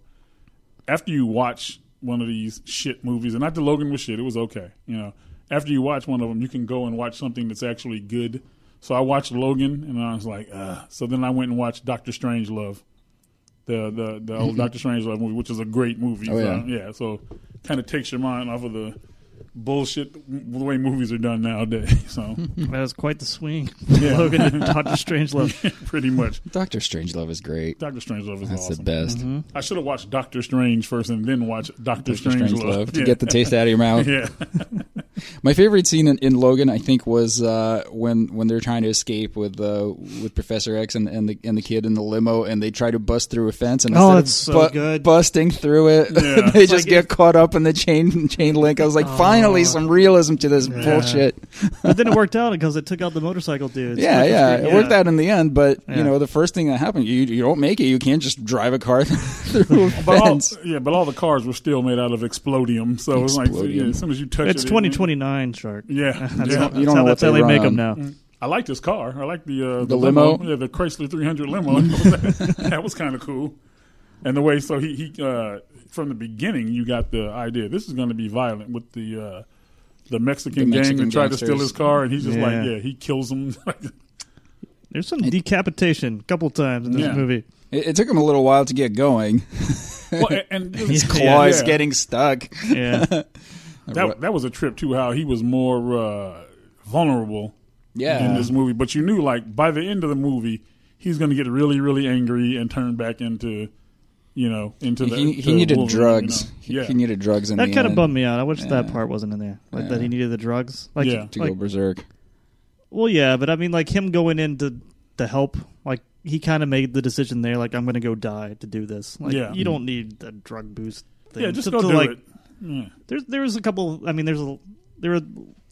Speaker 2: after you watch one of these shit movies, and not the Logan was shit, it was okay. You know, after you watch one of them, you can go and watch something that's actually good. So I watched Logan, and I was like, Ugh. so then I went and watched Doctor Strange Love, the the the old Doctor Strange Love movie, which is a great movie.
Speaker 3: Mm-hmm. Oh, yeah.
Speaker 2: so, yeah. So kind of takes your mind off of the bullshit the way movies are done nowadays. [laughs] So.
Speaker 4: that was quite
Speaker 3: [laughs]
Speaker 4: the swing. [laughs]
Speaker 2: Yeah.
Speaker 4: Logan and
Speaker 2: [laughs]
Speaker 4: Doctor Strangelove.
Speaker 2: pretty much.
Speaker 3: Doctor Strangelove is great.
Speaker 2: Doctor Strangelove is
Speaker 3: That's
Speaker 2: awesome.
Speaker 3: the best.
Speaker 2: I should have watched Doctor Strange first and then watch Doctor,
Speaker 3: Doctor
Speaker 2: Strangelove.
Speaker 3: Strangelove to
Speaker 2: yeah.
Speaker 3: get the taste out of your
Speaker 2: [laughs]
Speaker 3: mouth.
Speaker 2: yeah.
Speaker 3: [laughs] My favorite scene in, in Logan, I think, was uh, when when they're trying to escape with uh, with Professor X and, and the and the kid in the limo, and they try to bust through a fence, and instead
Speaker 4: Oh, that's so
Speaker 3: of bu-
Speaker 4: good.
Speaker 3: busting through it, [laughs]
Speaker 2: Yeah.
Speaker 3: they
Speaker 2: It's
Speaker 3: just
Speaker 4: like
Speaker 3: get
Speaker 4: it-
Speaker 3: caught up in the chain chain link. I was like, finally, some realism to this bullshit.
Speaker 4: But then it worked out because it took out the motorcycle dudes.
Speaker 3: Yeah,
Speaker 4: Which is
Speaker 3: yeah,
Speaker 4: great.
Speaker 3: it worked out in the end. But
Speaker 4: Yeah.
Speaker 3: you know, the first thing that happened, you you don't make it. You can't just drive a car [laughs] through a
Speaker 2: But oh, all,
Speaker 3: fence.
Speaker 2: yeah, but all the cars were still made out of explodium. So it's like
Speaker 3: Explodium.
Speaker 2: yeah, as soon as you touch it,
Speaker 4: It's
Speaker 2: it-
Speaker 4: twenty twenty nine, Shark.
Speaker 2: Yeah,
Speaker 4: That's,
Speaker 2: yeah.
Speaker 4: how,
Speaker 3: [laughs] You don't
Speaker 4: that's how-
Speaker 3: know what
Speaker 4: that's how
Speaker 3: they
Speaker 4: they make
Speaker 3: run
Speaker 4: them now.
Speaker 2: I like this car. I like the uh, the,
Speaker 3: limo?
Speaker 2: Yeah, the Chrysler 300
Speaker 3: [laughs]
Speaker 2: limo. [laughs] that was kind of cool. And the way so he he uh, from the beginning you got the idea this is going to be violent with the uh, the Mexican
Speaker 3: The
Speaker 2: gang
Speaker 3: Mexican
Speaker 2: that tried to steal
Speaker 3: gangsters.
Speaker 2: his car, and he's just like,
Speaker 4: Yeah.
Speaker 2: yeah, he kills [laughs] them.
Speaker 4: There's some decapitation a couple times in this
Speaker 2: Yeah. [laughs]
Speaker 4: movie.
Speaker 3: It, it took him a little while to get going. [laughs]
Speaker 2: well, and
Speaker 3: His
Speaker 4: Yeah.
Speaker 3: claw is
Speaker 2: Yeah.
Speaker 3: getting stuck.
Speaker 4: Yeah.
Speaker 2: that, that was a trip too. How he was more uh, vulnerable in
Speaker 3: Yeah,
Speaker 2: this movie, but you knew like by the end of the movie, he's going to get really, really angry and turn back into, you know, into the.
Speaker 3: he,
Speaker 2: to
Speaker 3: he needed
Speaker 2: Wolverine,
Speaker 3: drugs.
Speaker 2: You know?
Speaker 3: he, he needed drugs in
Speaker 4: that
Speaker 3: the
Speaker 4: kind of
Speaker 3: end
Speaker 4: bummed me out. I wish that
Speaker 3: Yeah.
Speaker 4: part wasn't in there. Like
Speaker 3: Yeah.
Speaker 4: that he needed the drugs. Like,
Speaker 2: Yeah.
Speaker 3: to
Speaker 4: like
Speaker 3: go berserk.
Speaker 4: well, yeah, but I mean, like him going in to to help. Like he kind of made the decision there. Like I'm going to go die to do this. Like
Speaker 2: Yeah.
Speaker 4: you don't need a drug boost. Thing.
Speaker 2: yeah, just
Speaker 4: to,
Speaker 2: go
Speaker 4: to,
Speaker 2: do
Speaker 4: like,
Speaker 2: it. Yeah.
Speaker 4: There's there was a couple. I mean, there's a there were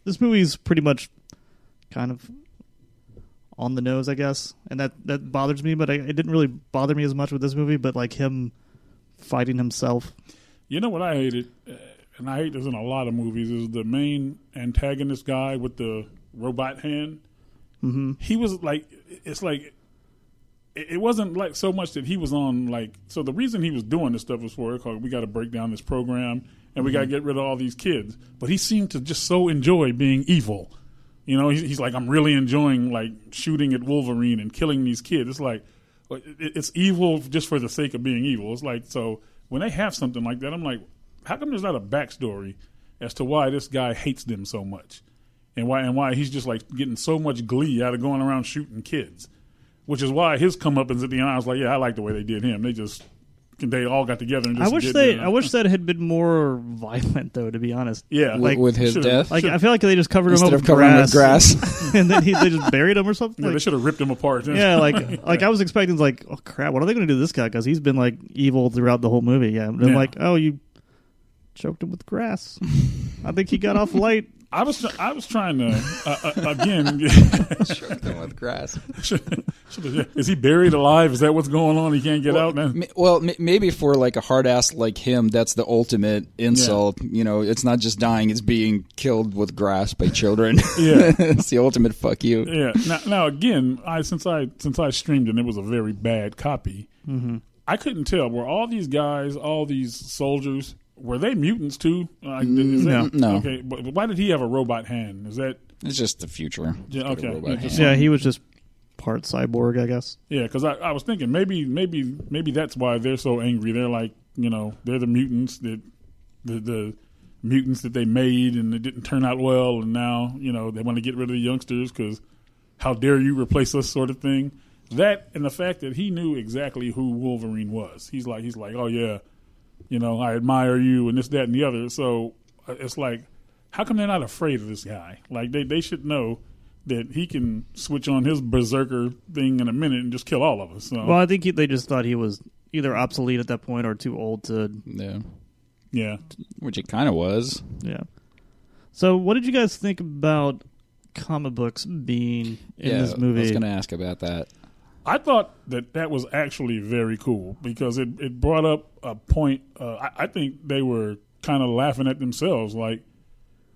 Speaker 4: this movie's pretty much kind of on the nose, I guess, and that that bothers me. But I, it didn't really bother me as much with this movie. But like him fighting himself,
Speaker 2: You know what I hated, uh, and I hate this in a lot of movies, is the main antagonist guy with the robot hand. Mm-hmm. He was like, it's like, it it wasn't like so much that he was on like. So the reason he was doing this stuff was for okay, we got to break down this program and we got to get rid of all these kids. But he seemed to just so enjoy being evil. You know, he's, he's like, I'm really enjoying like shooting at Wolverine and killing these kids. It's like, it- it's evil just for the sake of being evil. It's like, so when they have something like that, I'm like, how come there's not a backstory as to why this guy hates them so much, and why and why he's just like getting so much glee out of going around shooting kids, which is why his comeuppance at the end. I was like, yeah, I like the way they did him. They just they all got together and just
Speaker 4: I wish
Speaker 2: did
Speaker 4: they
Speaker 2: the-
Speaker 4: I wish that had been more violent though. To be honest,
Speaker 2: yeah
Speaker 3: With- with his
Speaker 2: should've-
Speaker 3: death?
Speaker 4: Like I feel like they just covered
Speaker 3: Instead
Speaker 4: him up
Speaker 3: of covering him with grass,
Speaker 4: [laughs] and then he, they just buried him or something.
Speaker 2: yeah, they
Speaker 4: Like,
Speaker 2: should have ripped him apart. [laughs]
Speaker 4: yeah, like like I was expecting like oh crap, what are they going to do to this guy? Because he's been like evil throughout the whole movie. Yeah, and I'm
Speaker 2: Yeah.
Speaker 4: like oh you choked him
Speaker 3: [laughs]
Speaker 4: with grass. I think he got off light.
Speaker 2: I was I was trying
Speaker 4: [laughs]
Speaker 2: to uh, uh, again. [laughs]
Speaker 3: with grass.
Speaker 2: is he buried alive? Is that what's going on? He can't get out. Man?
Speaker 3: M- well, m- maybe for like a hard ass like him, that's the ultimate insult. You know, it's not just dying; it's being killed with grass by children.
Speaker 2: Yeah.
Speaker 3: [laughs] it's the ultimate fuck you.
Speaker 2: Yeah. Now, now again, I since I since I streamed and it was a very bad copy,
Speaker 4: Mm-hmm.
Speaker 2: I couldn't tell were all these guys, all these soldiers, were they mutants too? Like, is that-
Speaker 3: Mm, no.
Speaker 2: Okay, but, but why did he have a robot hand? Is that
Speaker 3: It's just the future.
Speaker 2: Yeah,
Speaker 3: Got a
Speaker 2: okay.
Speaker 3: robot
Speaker 2: Yeah, just-
Speaker 3: hand.
Speaker 4: Yeah, he was just part cyborg, I guess.
Speaker 2: yeah? Because I, I was thinking maybe maybe maybe that's why they're so angry. They're like you know they're the mutants that the the mutants that they made and it didn't turn out well, and now you know they want to get rid of the youngsters because how dare you replace us sort of thing. That and the fact that he knew exactly who Wolverine was. He's like he's like, oh yeah, you know, I admire you and this, that, and the other. So uh, it's like, how come they're not afraid of this guy? Like they they should know that he can switch on his berserker thing in a minute and just kill all of us. So
Speaker 4: Well, I think he, they just thought he was either obsolete at that point or too old to
Speaker 3: Yeah.
Speaker 2: yeah,
Speaker 3: Which it kind of was.
Speaker 4: Yeah. So, what did you guys think about comic books being in
Speaker 3: yeah,
Speaker 4: this
Speaker 3: I
Speaker 4: movie?
Speaker 3: was going to ask about that.
Speaker 2: I thought that that was actually very cool because it it brought up a point. Uh, I, I think they were kind of laughing at themselves, like.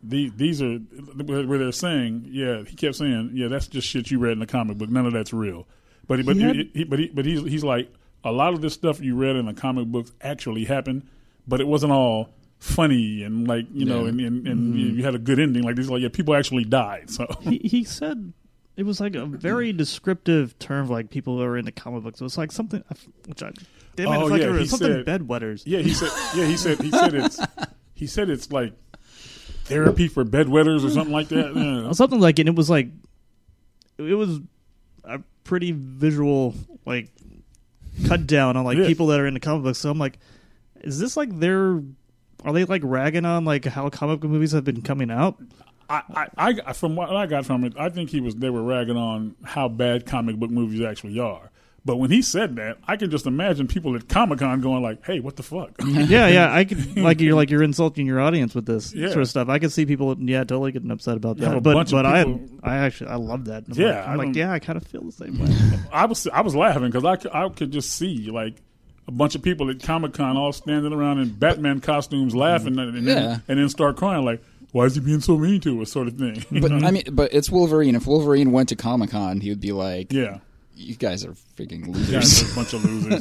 Speaker 2: These, these are where where they're saying, yeah. He kept saying, yeah, that's just shit you read in a comic book. None of that's real. But he, but
Speaker 4: He had-
Speaker 2: he, he, but he, but he's he's like a lot of this stuff you read in the comic books actually happened, but it wasn't all funny and like you know
Speaker 3: Yeah.
Speaker 2: and and, and you, you had a good ending. Like these, like yeah, people actually died. So
Speaker 4: he, he said it was like a
Speaker 3: [clears throat]
Speaker 4: very descriptive term, like people who are into comic books. It was like something, I f- which I damn it,
Speaker 2: Oh,
Speaker 4: it's like
Speaker 2: yeah,
Speaker 4: it was
Speaker 2: he
Speaker 4: something
Speaker 2: said-
Speaker 4: bedwetters.
Speaker 2: Yeah, he said. Yeah, he said. He said it's. He said it's like therapy for bedwetters or something like that. Yeah.
Speaker 4: something like, and it was like it was a pretty visual, like cut down on like
Speaker 2: Yeah.
Speaker 4: people that are into comic books. So I'm like, is this like their? Are they like ragging on like how comic book movies have been coming out?
Speaker 2: I, I, I, from what I got from it, I think he was. They were ragging on how bad comic book movies actually are. But when he said that, I can just imagine people at Comic Con going like, "Hey, what the fuck?" [laughs]
Speaker 4: yeah, yeah. I could like you're like you're insulting your audience with this
Speaker 2: Yeah.
Speaker 4: sort of stuff. I could see people, yeah, totally getting upset about
Speaker 2: have
Speaker 4: that.
Speaker 2: a
Speaker 4: But
Speaker 2: bunch of
Speaker 4: but I
Speaker 2: people-
Speaker 4: I actually I love that. I'm
Speaker 2: Yeah,
Speaker 4: like, I'm
Speaker 2: I
Speaker 4: like
Speaker 2: don't-
Speaker 4: yeah, I kind of feel
Speaker 2: [laughs]
Speaker 4: the same way.
Speaker 2: I was I was laughing because I, c- I could just see like a bunch of people at Comic Con all standing around in Batman costumes laughing and, and,
Speaker 3: Yeah.
Speaker 2: then, and then start crying like, "Why is he being so mean to us?" sort of thing. [laughs]
Speaker 3: But I mean, but it's Wolverine. If Wolverine went to Comic Con, he would be like,
Speaker 2: yeah.
Speaker 3: you guys are freaking
Speaker 2: You guys
Speaker 3: losers.
Speaker 2: are a bunch of
Speaker 3: [laughs]
Speaker 2: losers.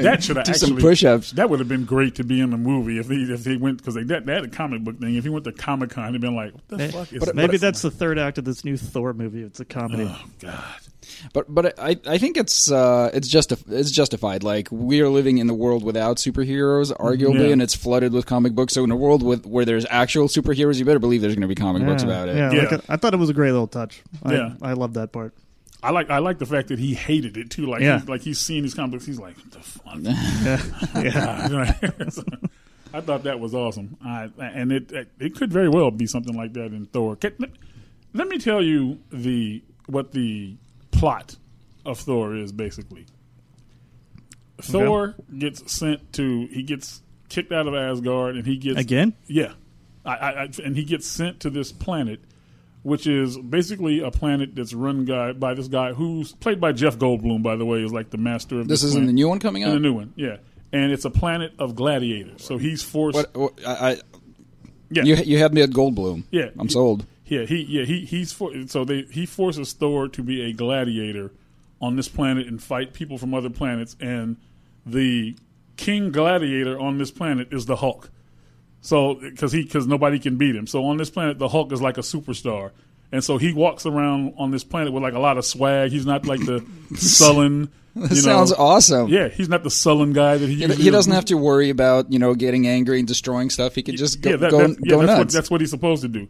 Speaker 2: that should have
Speaker 3: Do
Speaker 2: actually
Speaker 3: some push-ups.
Speaker 2: That would have been great to be in the movie if they if they went because they that that a comic book thing. If he went to Comic Con, they'd been like, "What the fuck is?"
Speaker 4: But maybe that's the third act of this new Thor movie. It's a comedy.
Speaker 2: oh god.
Speaker 3: But but I I think it's uh it's justif- it's justified. Like we are living in the world without superheroes, arguably,
Speaker 2: Yeah.
Speaker 3: and it's flooded with comic books. So in a world with where there's actual superheroes, you better believe there's going to be comic books about it.
Speaker 4: Yeah,
Speaker 2: Yeah.
Speaker 4: like, I thought it was a great little touch. I,
Speaker 2: Yeah.
Speaker 4: I love
Speaker 2: [laughs]
Speaker 4: that part.
Speaker 2: I like I like the fact that he hated it too. Like
Speaker 4: Yeah.
Speaker 2: he, like he's seeing these comic books, he's like, "What the
Speaker 3: [laughs]
Speaker 2: fuck."
Speaker 4: Yeah,
Speaker 2: So, I thought that was awesome, I, and it it could very well be something like that in Thor. Can- let- let me tell you the what the plot of Thor is basically. Thor gets sent to he gets kicked out of Asgard, and he gets
Speaker 4: again.
Speaker 2: yeah, I, I, I, and he gets sent to this planet, which is basically a planet that's run guy by this guy who's played by Jeff Goldblum. By the way, is like the master of
Speaker 3: This
Speaker 2: This
Speaker 3: is in the
Speaker 2: planet.
Speaker 3: new one coming
Speaker 2: In
Speaker 3: out.
Speaker 2: the new one, yeah. And it's a planet of gladiators. So he's forced.
Speaker 3: What, what oh, I, I
Speaker 2: yeah,
Speaker 3: you you had me at Goldblum.
Speaker 2: yeah.
Speaker 3: I'm
Speaker 2: he-
Speaker 3: sold.
Speaker 2: Yeah, he yeah he he's for, so they he forces Thor to be a gladiator on this planet and fight people from other planets. And the king gladiator on this planet is the Hulk. So because he because nobody can beat him. So on this planet, the Hulk is like a superstar. And so he walks around on this planet with like a lot of swag. He's not like
Speaker 3: [laughs]
Speaker 2: the sullen. You know.
Speaker 3: That sounds awesome.
Speaker 2: Yeah, he's not the sullen guy that he.
Speaker 3: He-
Speaker 2: usually
Speaker 3: He
Speaker 2: is.
Speaker 3: doesn't have to worry about you know getting angry and destroying stuff. He can just go,
Speaker 2: that-
Speaker 3: go,
Speaker 2: that's,
Speaker 3: go
Speaker 2: that's What,
Speaker 3: nuts.
Speaker 2: that's what he's supposed to do.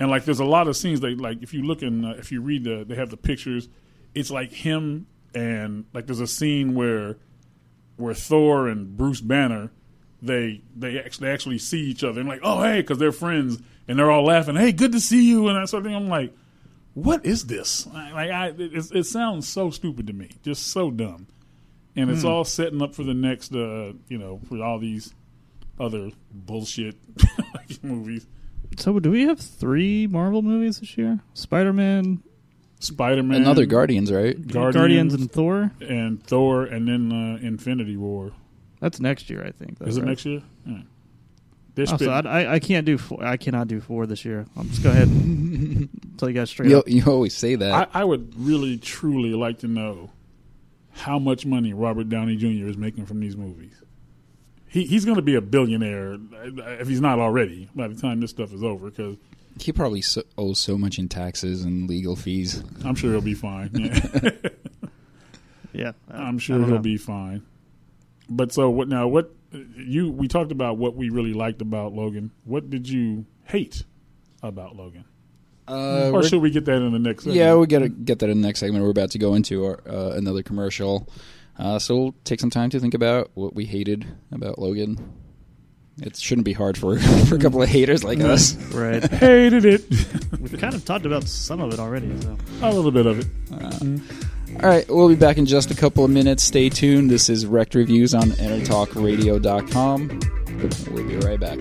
Speaker 2: And like, there's a lot of scenes that, like, if you look and uh, if you read the, they have the pictures. It's like him and like there's a scene where where Thor and Bruce Banner they they actually, they actually see each other and like, oh hey, because they're friends and they're all laughing. Hey, good to see you and that sort of thing. I'm like, what is this? I- Like, I it, it sounds so stupid to me, just so dumb. And
Speaker 3: Hmm.
Speaker 2: it's all setting up for the next, uh, you know, for all these other bullshit [laughs] movies.
Speaker 4: So do we have three Marvel movies this year? Spider Man,
Speaker 2: Spider Man,
Speaker 3: Another Guardians, right?
Speaker 4: Guardians. and Thor.
Speaker 2: and Thor, and then uh, Infinity War.
Speaker 4: That's next year, I think. though,
Speaker 2: Is it
Speaker 4: right?
Speaker 2: next year? Yeah. They're
Speaker 4: Oh, so
Speaker 2: spitting-
Speaker 4: I, I can't do four. I cannot do four this year. I'll just go ahead and
Speaker 2: [laughs]
Speaker 4: tell you guys straight
Speaker 3: You,
Speaker 4: up.
Speaker 3: you always say that.
Speaker 2: I, I would really, truly like to know how much money Robert Downey Jr. is making from these movies. He, he's going to be a billionaire uh, if he's not already by the time this stuff is over because
Speaker 3: he probably so, owes so much in taxes and legal fees.
Speaker 2: I'm sure he'll be fine. [laughs] Yeah.
Speaker 4: [laughs] Yeah, I-
Speaker 2: I'm
Speaker 4: I
Speaker 2: sure
Speaker 4: don't
Speaker 2: he'll
Speaker 4: know.
Speaker 2: be fine. But so what? Now what? You we talked about what we really liked about Logan. What did you hate about Logan?
Speaker 3: Uh,
Speaker 2: or should we get that in the next? Segment?
Speaker 3: [laughs] yeah, we gotta get that in the next segment. We're about to go into our, uh, another commercial, uh, so we'll take some time to think about what we hated about Logan. It shouldn't be hard for [laughs] for a couple of haters like us.
Speaker 2: [laughs]
Speaker 4: right.
Speaker 2: hated it.
Speaker 4: We've kind of talked about some of it already. So
Speaker 2: a little bit of it.
Speaker 3: All right, we'll be back in just a couple of minutes. Stay tuned. This is Rec Reviews on EnterTalkRadio.com. We'll be right back.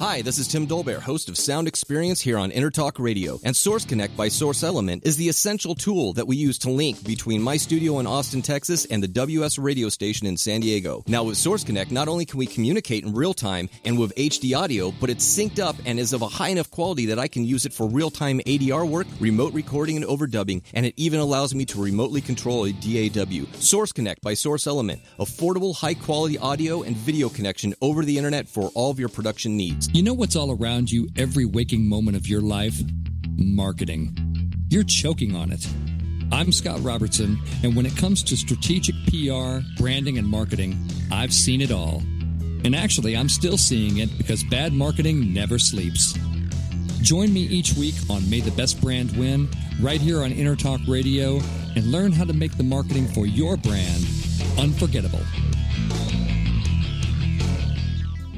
Speaker 6: Hi, this is Tim Dolbear, host of Sound Experience here on Intertalk Radio. And Source Connect by Source Element is the essential tool that we use to link between my studio in Austin, Texas and the WS radio station in San Diego. Now, with Source Connect, not only can we communicate in real time and with HD audio, but it's synced up and is of a high enough quality that I can use it for real time ADR work, remote recording, and overdubbing, and it even allows me to remotely control a DAW. Source Connect by Source Element, affordable, high quality audio and video connection over the internet for all of your production needs.
Speaker 5: You know what's all around you every waking moment of your life? Marketing. You're choking on it. I'm Scott Robertson, and when it comes to strategic PR, branding, and marketing, I've seen it all. And actually, I'm still seeing it because bad marketing never sleeps. Join me each week on May the Best Brand Win, right here on Intertalk Radio, and learn how to make the marketing for your brand unforgettable.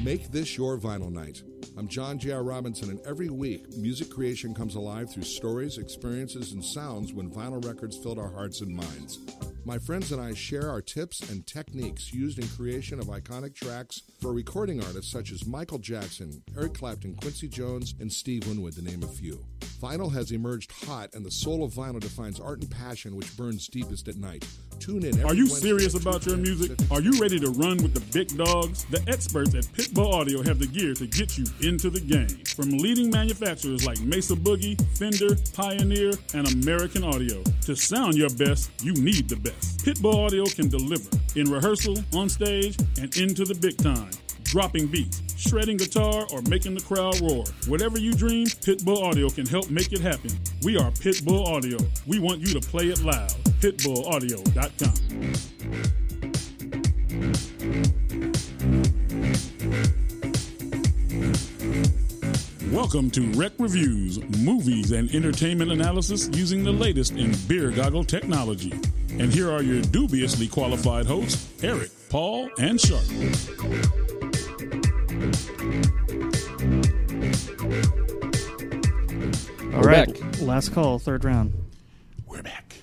Speaker 8: Make this your vinyl night. I'm John J.R. Robinson, and every week, music creation comes alive through stories, experiences, and sounds when vinyl records filled our hearts and minds. My friends and I share our tips and techniques used in creation of iconic tracks for recording artists such as Michael Jackson, Eric Clapton, Quincy Jones, and Steve Winwood, to name a few. Vinyl has emerged hot, and the soul of vinyl defines art and passion, which burns deepest at night. Tune in. Every
Speaker 2: Are you
Speaker 8: Wednesday
Speaker 2: serious
Speaker 8: at 2
Speaker 2: about your
Speaker 8: p.m.
Speaker 2: music?
Speaker 8: Pacific.
Speaker 2: Are you ready to run with the big dogs? The experts at Pitbull Audio have the gear to get you into the game. From leading manufacturers like Mesa Boogie, Fender, Pioneer, and American Audio. To sound your best, you need the best. Pitbull Audio can deliver in rehearsal, on stage, and into the big time. Dropping beats, shredding guitar, or making the crowd roar. Whatever you dream, Pitbull Audio can help make it happen. We are Pitbull Audio. We want you to play it loud. PitbullAudio.com. Welcome to Rec Reviews, movies and entertainment analysis using the latest in beer goggle technology. And here are your dubiously qualified hosts, Eric, Paul, and Sharp.
Speaker 4: All
Speaker 3: We're
Speaker 4: right,
Speaker 3: back.
Speaker 4: last call, third round.
Speaker 2: We're back.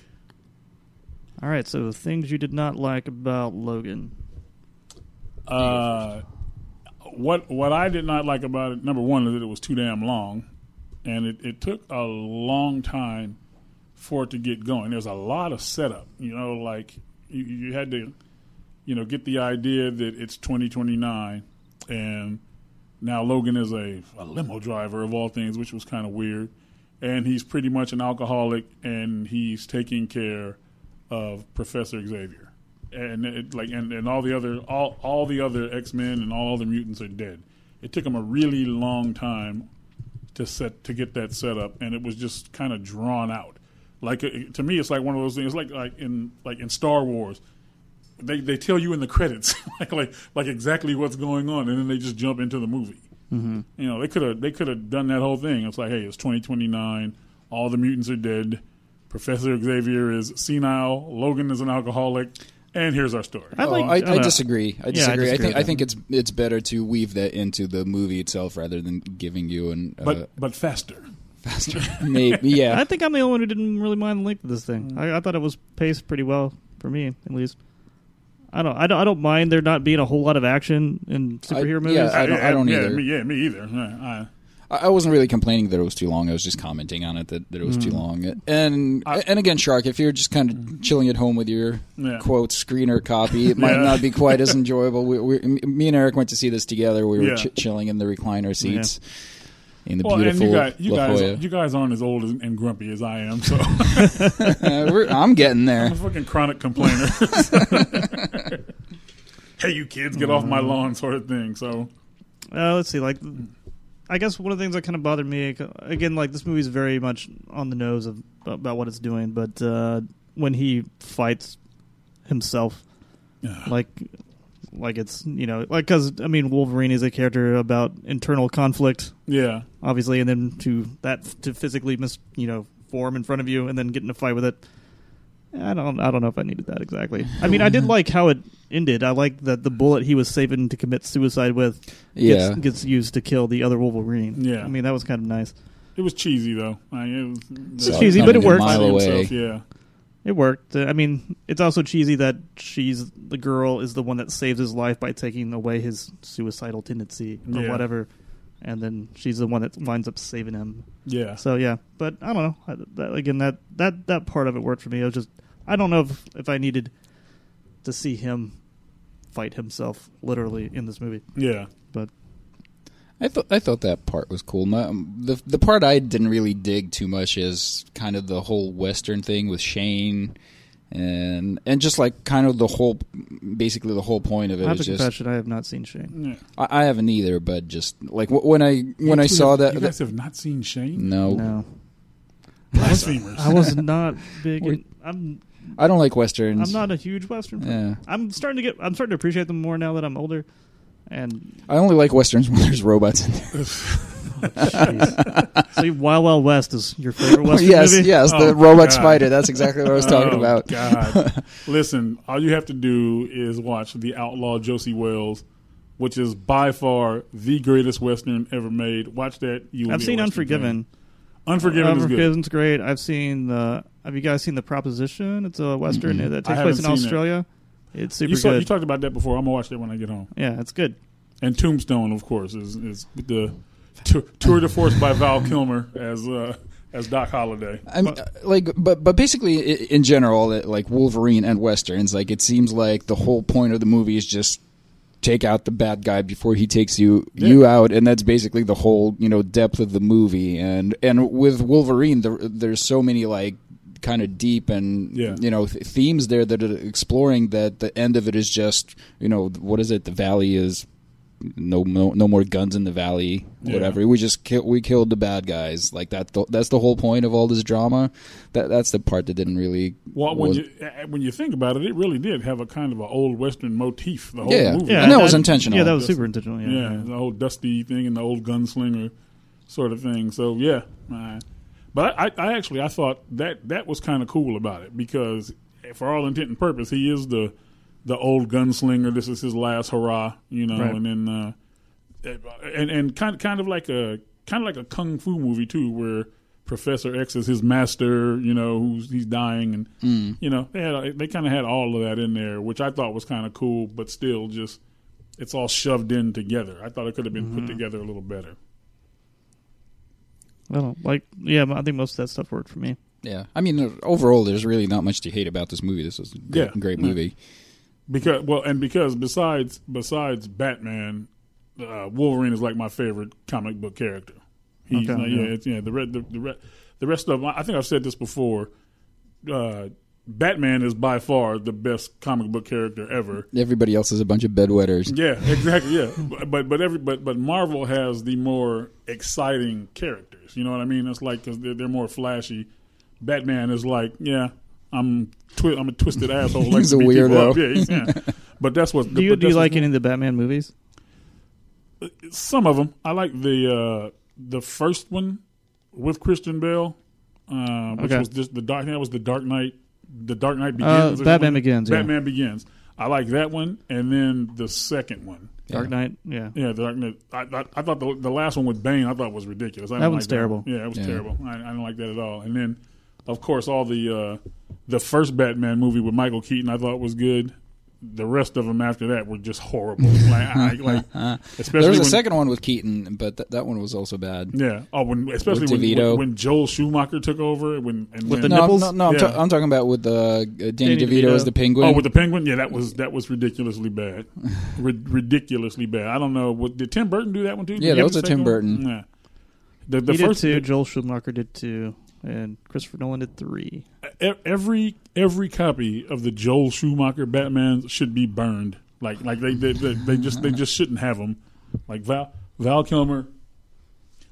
Speaker 4: All right, so things you did not like about Logan.
Speaker 2: Uh, what what I did not like about it, number one, is that it was too damn long, and it, it took a long time for it to get going. There's a lot of setup, you know, like you, you had to, you know, get the idea that it's 2029, and now Logan is a, a limo driver of all things, which was kind of weird, and he's pretty much an alcoholic, and he's taking care of Professor Xavier, and it, like and, and all the other all all the other X Men and all the mutants are dead. It took him a really long time to set to get that set up, and it was just kind of drawn out. Like it, to me, it's like one of those things. Like like in like in Star Wars, they they tell you in the credits [laughs] like like like exactly what's going on, and then they just jump into the movie.
Speaker 3: Mm-hmm.
Speaker 2: You know, they could have they could have done that whole thing. It's like, hey, it's twenty twenty nine. All the mutants are dead. Professor Xavier is senile. Logan is an alcoholic, and here's our story.
Speaker 4: I
Speaker 3: Oh,
Speaker 4: like.
Speaker 3: I, I
Speaker 4: uh,
Speaker 3: disagree. I disagree. I,
Speaker 4: I disagree
Speaker 3: think
Speaker 4: with
Speaker 3: I
Speaker 4: that.
Speaker 3: think it's it's better to weave that into the movie itself rather than giving you an uh,
Speaker 2: but
Speaker 3: [laughs]
Speaker 2: but faster.
Speaker 3: faster. Maybe yeah.
Speaker 4: I think I'm the only one who didn't really mind the length of this
Speaker 2: Mm.
Speaker 4: thing. I, I thought it was paced pretty well for me, at least. I don't, I don't, I don't mind there not being a whole lot of action in superhero
Speaker 3: yeah,
Speaker 4: movies.
Speaker 3: I don't- I don't
Speaker 2: yeah,
Speaker 3: either.
Speaker 2: Me, yeah, me either. Yeah,
Speaker 3: I I wasn't really complaining that it was too long. I was just commenting on it that, that it was
Speaker 2: Hmm.
Speaker 3: too long. And and again, Shark, if you're just kind of chilling at home with your
Speaker 2: Yeah.
Speaker 3: quote screener copy, it might
Speaker 2: Yeah.
Speaker 3: not be quite
Speaker 2: [laughs]
Speaker 3: as enjoyable. We, we, m- me and Eric went to see this together. We were
Speaker 2: Yeah.
Speaker 3: ch- chilling in the recliner seats in the
Speaker 2: I, well, and
Speaker 3: beautiful
Speaker 2: you guys, you
Speaker 3: La
Speaker 2: guys,
Speaker 3: Jolla.
Speaker 2: you guys aren't as old as, and grumpy as I am. So
Speaker 3: [laughs]
Speaker 2: [laughs]
Speaker 3: Uh, we're- I'm getting there.
Speaker 2: I'm a fucking chronic complainer. [laughs] hey, you kids, get off my
Speaker 3: Mm-hmm.
Speaker 2: lawn, sort of thing. So
Speaker 4: Uh, let's see. Like, I guess one of the things that kind of bothered me again, like this movie's very much on the nose of about what it's doing. But uh, when he fights himself, like, like it's you know, like because I mean, Wolverine is a character about internal conflict,
Speaker 2: yeah,
Speaker 4: obviously, and then to that to physically mis you know form in front of you and then get in a fight with it. I don't. I don't know if I needed that exactly. I mean, I did like how it ended. I like that the bullet he was saving to commit suicide with
Speaker 3: Yeah.
Speaker 4: gets, gets used to kill the other Wolverine.
Speaker 2: Yeah.
Speaker 4: I mean that was kind of nice.
Speaker 2: it was cheesy though. Like, it was,
Speaker 3: So
Speaker 4: cheesy,
Speaker 3: I'm
Speaker 4: but it
Speaker 3: a
Speaker 4: works.
Speaker 3: Mile
Speaker 2: Himself,
Speaker 3: away.
Speaker 2: yeah.
Speaker 4: It worked. Uh, I mean, it's also cheesy that she's the girl is the one that saves his life by taking away his suicidal tendency or
Speaker 2: Yeah.
Speaker 4: whatever, and then she's the one that winds up saving him.
Speaker 2: Yeah.
Speaker 4: So yeah, but I don't know. I, that, again, that that that part of it worked for me. It was just I don't know if if I needed to see him fight himself literally in this movie,
Speaker 2: yeah.
Speaker 4: but
Speaker 3: I thought I thought that part was cool. My, um, the the part I didn't really dig too much is kind of the whole western thing with Shane, and and just like kind of the whole, basically the whole point of it
Speaker 4: I have
Speaker 3: is
Speaker 4: a
Speaker 3: just
Speaker 4: confession. I have not seen Shane.
Speaker 2: Yeah.
Speaker 3: I, I haven't either, but just like wh- when I when I
Speaker 2: You two
Speaker 3: saw
Speaker 2: have-
Speaker 3: that,
Speaker 2: you
Speaker 3: that-
Speaker 2: guys have not seen Shane.
Speaker 3: no,
Speaker 4: No,
Speaker 2: Blasphemers.
Speaker 4: Mm. I
Speaker 3: [laughs]
Speaker 4: was not big.
Speaker 3: We're-
Speaker 4: in- I'm
Speaker 3: I don't like westerns.
Speaker 4: I'm not a huge Western. fan.
Speaker 3: Yeah.
Speaker 4: I'm starting to get. I'm starting to appreciate them more now that I'm older.
Speaker 3: [laughs]
Speaker 4: And
Speaker 3: I only like westerns when there's robots in there.
Speaker 4: so, you- Wild Wild West is your favorite
Speaker 3: [laughs]
Speaker 4: Western
Speaker 3: yes,
Speaker 4: movie?
Speaker 3: yes,
Speaker 2: Oh,
Speaker 3: the robot
Speaker 2: God.
Speaker 3: spider. That's exactly what I
Speaker 4: [laughs]
Speaker 3: was talking
Speaker 2: Oh,
Speaker 3: about. [laughs]
Speaker 2: God. Listen, all you have to do is watch The Outlaw Josie Wells, which is by far the greatest Western ever made. Watch that. You will
Speaker 4: I've
Speaker 2: be a Western
Speaker 4: seen Unforgiven.
Speaker 2: fan. Unforgiven is good.
Speaker 4: Unforgiven's great. I've seen. Uh, have you guys seen The Proposition? It's a Western that
Speaker 2: I
Speaker 4: takes place
Speaker 2: haven't
Speaker 4: in
Speaker 2: seen it.
Speaker 4: Australia. It's super
Speaker 2: You, saw,
Speaker 4: good.
Speaker 2: you talked about that before. I'm going to watch that when I get home.
Speaker 4: yeah, it's good.
Speaker 2: And Tombstone, of course, is, is the tou- tour de force by Val Kilmer as uh, as Doc Holliday.
Speaker 3: I mean, uh, like, but but basically, i- in general, it- like Wolverine and westerns, like it seems like the whole point of the movie is just take out the bad guy before he takes you you out, and that's basically the whole you know depth of the movie. And and with Wolverine, there, there's so many like kind of deep and
Speaker 2: Yeah.
Speaker 3: you know th- themes there that are exploring that the end of it is just you know what is it the valley is no no, no more guns in the valley whatever we just kill, we killed the bad guys like that th- that's the whole point of all this drama that that's the part that didn't really
Speaker 2: Well, when
Speaker 3: was-
Speaker 2: you uh, when you think about it, it really did have a kind of an old western motif. The whole
Speaker 3: Yeah.
Speaker 2: movie,
Speaker 3: Yeah. And that was intentional.
Speaker 4: Yeah, that was super intentional. Yeah,
Speaker 2: Yeah, the whole dusty thing and the old gunslinger sort of thing. So yeah, uh, but I, I actually I thought that that was kind of cool about it because for all intent and purpose, he is the the old gunslinger. This is his last hurrah, you know.
Speaker 4: Right.
Speaker 2: And then uh, and and kind kind of like a kind of like a kung fu movie too, where Professor X is his master, you know, who's he's dying, and you know they had they kind of had all of that in there, which I thought was kind of cool, but still just it's all shoved in together. I thought it could have been put together a little better.
Speaker 4: I don't like. Yeah, I think most of that stuff worked for me.
Speaker 3: yeah i mean uh, overall there's really not much to hate about this movie this is a great,
Speaker 2: Yeah.
Speaker 3: great movie
Speaker 2: Because well, and because besides besides Batman, uh, Wolverine is like my favorite comic book character. He's
Speaker 4: Okay,
Speaker 2: like, yeah,
Speaker 4: yeah.
Speaker 2: it's, yeah. The re- the the, re- the rest of 'em- I think I've said this before. Uh, Batman is by far the best comic book character ever.
Speaker 3: everybody else is a bunch of bedwetters
Speaker 2: Yeah, exactly. Yeah, but but- but every but but Marvel has the more exciting characters. You know what I mean? It's like because they're, they're more flashy. Batman is like, yeah, I'm twi- I'm a
Speaker 3: [laughs]
Speaker 2: twisted asshole. like
Speaker 3: He's
Speaker 2: to
Speaker 3: a
Speaker 2: beat people
Speaker 3: weirdo.
Speaker 2: up. Yeah, he's- yeah.
Speaker 3: [laughs]
Speaker 2: But that's what.
Speaker 4: Do you do you like any of the Batman movies?
Speaker 2: some of them? I like the uh, the first one with Christian Bale, uh, which
Speaker 4: Okay.
Speaker 2: was just the dark. That was the Dark Knight. The Dark Knight Begins.
Speaker 4: Uh,
Speaker 2: or
Speaker 4: Batman
Speaker 2: something.
Speaker 4: Begins, yeah.
Speaker 2: Batman Begins. I like that one, and then the second one.
Speaker 4: Dark Knight. Yeah.
Speaker 2: Yeah, the Dark Knight. I, I, I thought the, the last one with Bane, I thought was ridiculous. I didn't
Speaker 4: That one's
Speaker 2: like
Speaker 4: terrible.
Speaker 2: That. Yeah, it was
Speaker 3: Yeah.
Speaker 2: terrible. I, I didn't like that at all. And then, of course, all the uh, the first Batman movie with Michael Keaton, I thought was good. The rest of them after that were just
Speaker 3: [laughs]
Speaker 2: horrible. like, I, like especially
Speaker 3: there was a
Speaker 2: when,
Speaker 3: second one with keaton but th- that one was also bad
Speaker 2: Yeah. Oh, when especially when,
Speaker 3: DeVito.
Speaker 2: when when Joel Schumacher took over when and when,
Speaker 4: With the
Speaker 3: no, I'm-
Speaker 4: nipples?
Speaker 3: no, no, I'm, ta-
Speaker 2: Yeah.
Speaker 3: I'm talking about with uh, Danny,
Speaker 4: Danny
Speaker 3: DeVito,
Speaker 4: DeVito.
Speaker 3: as the penguin.
Speaker 2: Oh, with the penguin, yeah, that was that was ridiculously
Speaker 3: [laughs]
Speaker 2: bad, Rid- ridiculously bad. I don't know. What, did Tim Burton do that one too?
Speaker 3: Yeah,
Speaker 2: Did
Speaker 3: that
Speaker 2: he
Speaker 3: was
Speaker 2: have
Speaker 3: a
Speaker 2: second
Speaker 3: Tim
Speaker 2: one?
Speaker 3: Burton.
Speaker 2: Yeah. The, the
Speaker 4: he
Speaker 2: first
Speaker 4: did two. Joel Schumacher did two, and Christopher Nolan did three.
Speaker 2: E- every every copy of the Joel Schumacher Batman should be burned. Like like they they, they, they just they just shouldn't have them. Like Val Val Kilmer,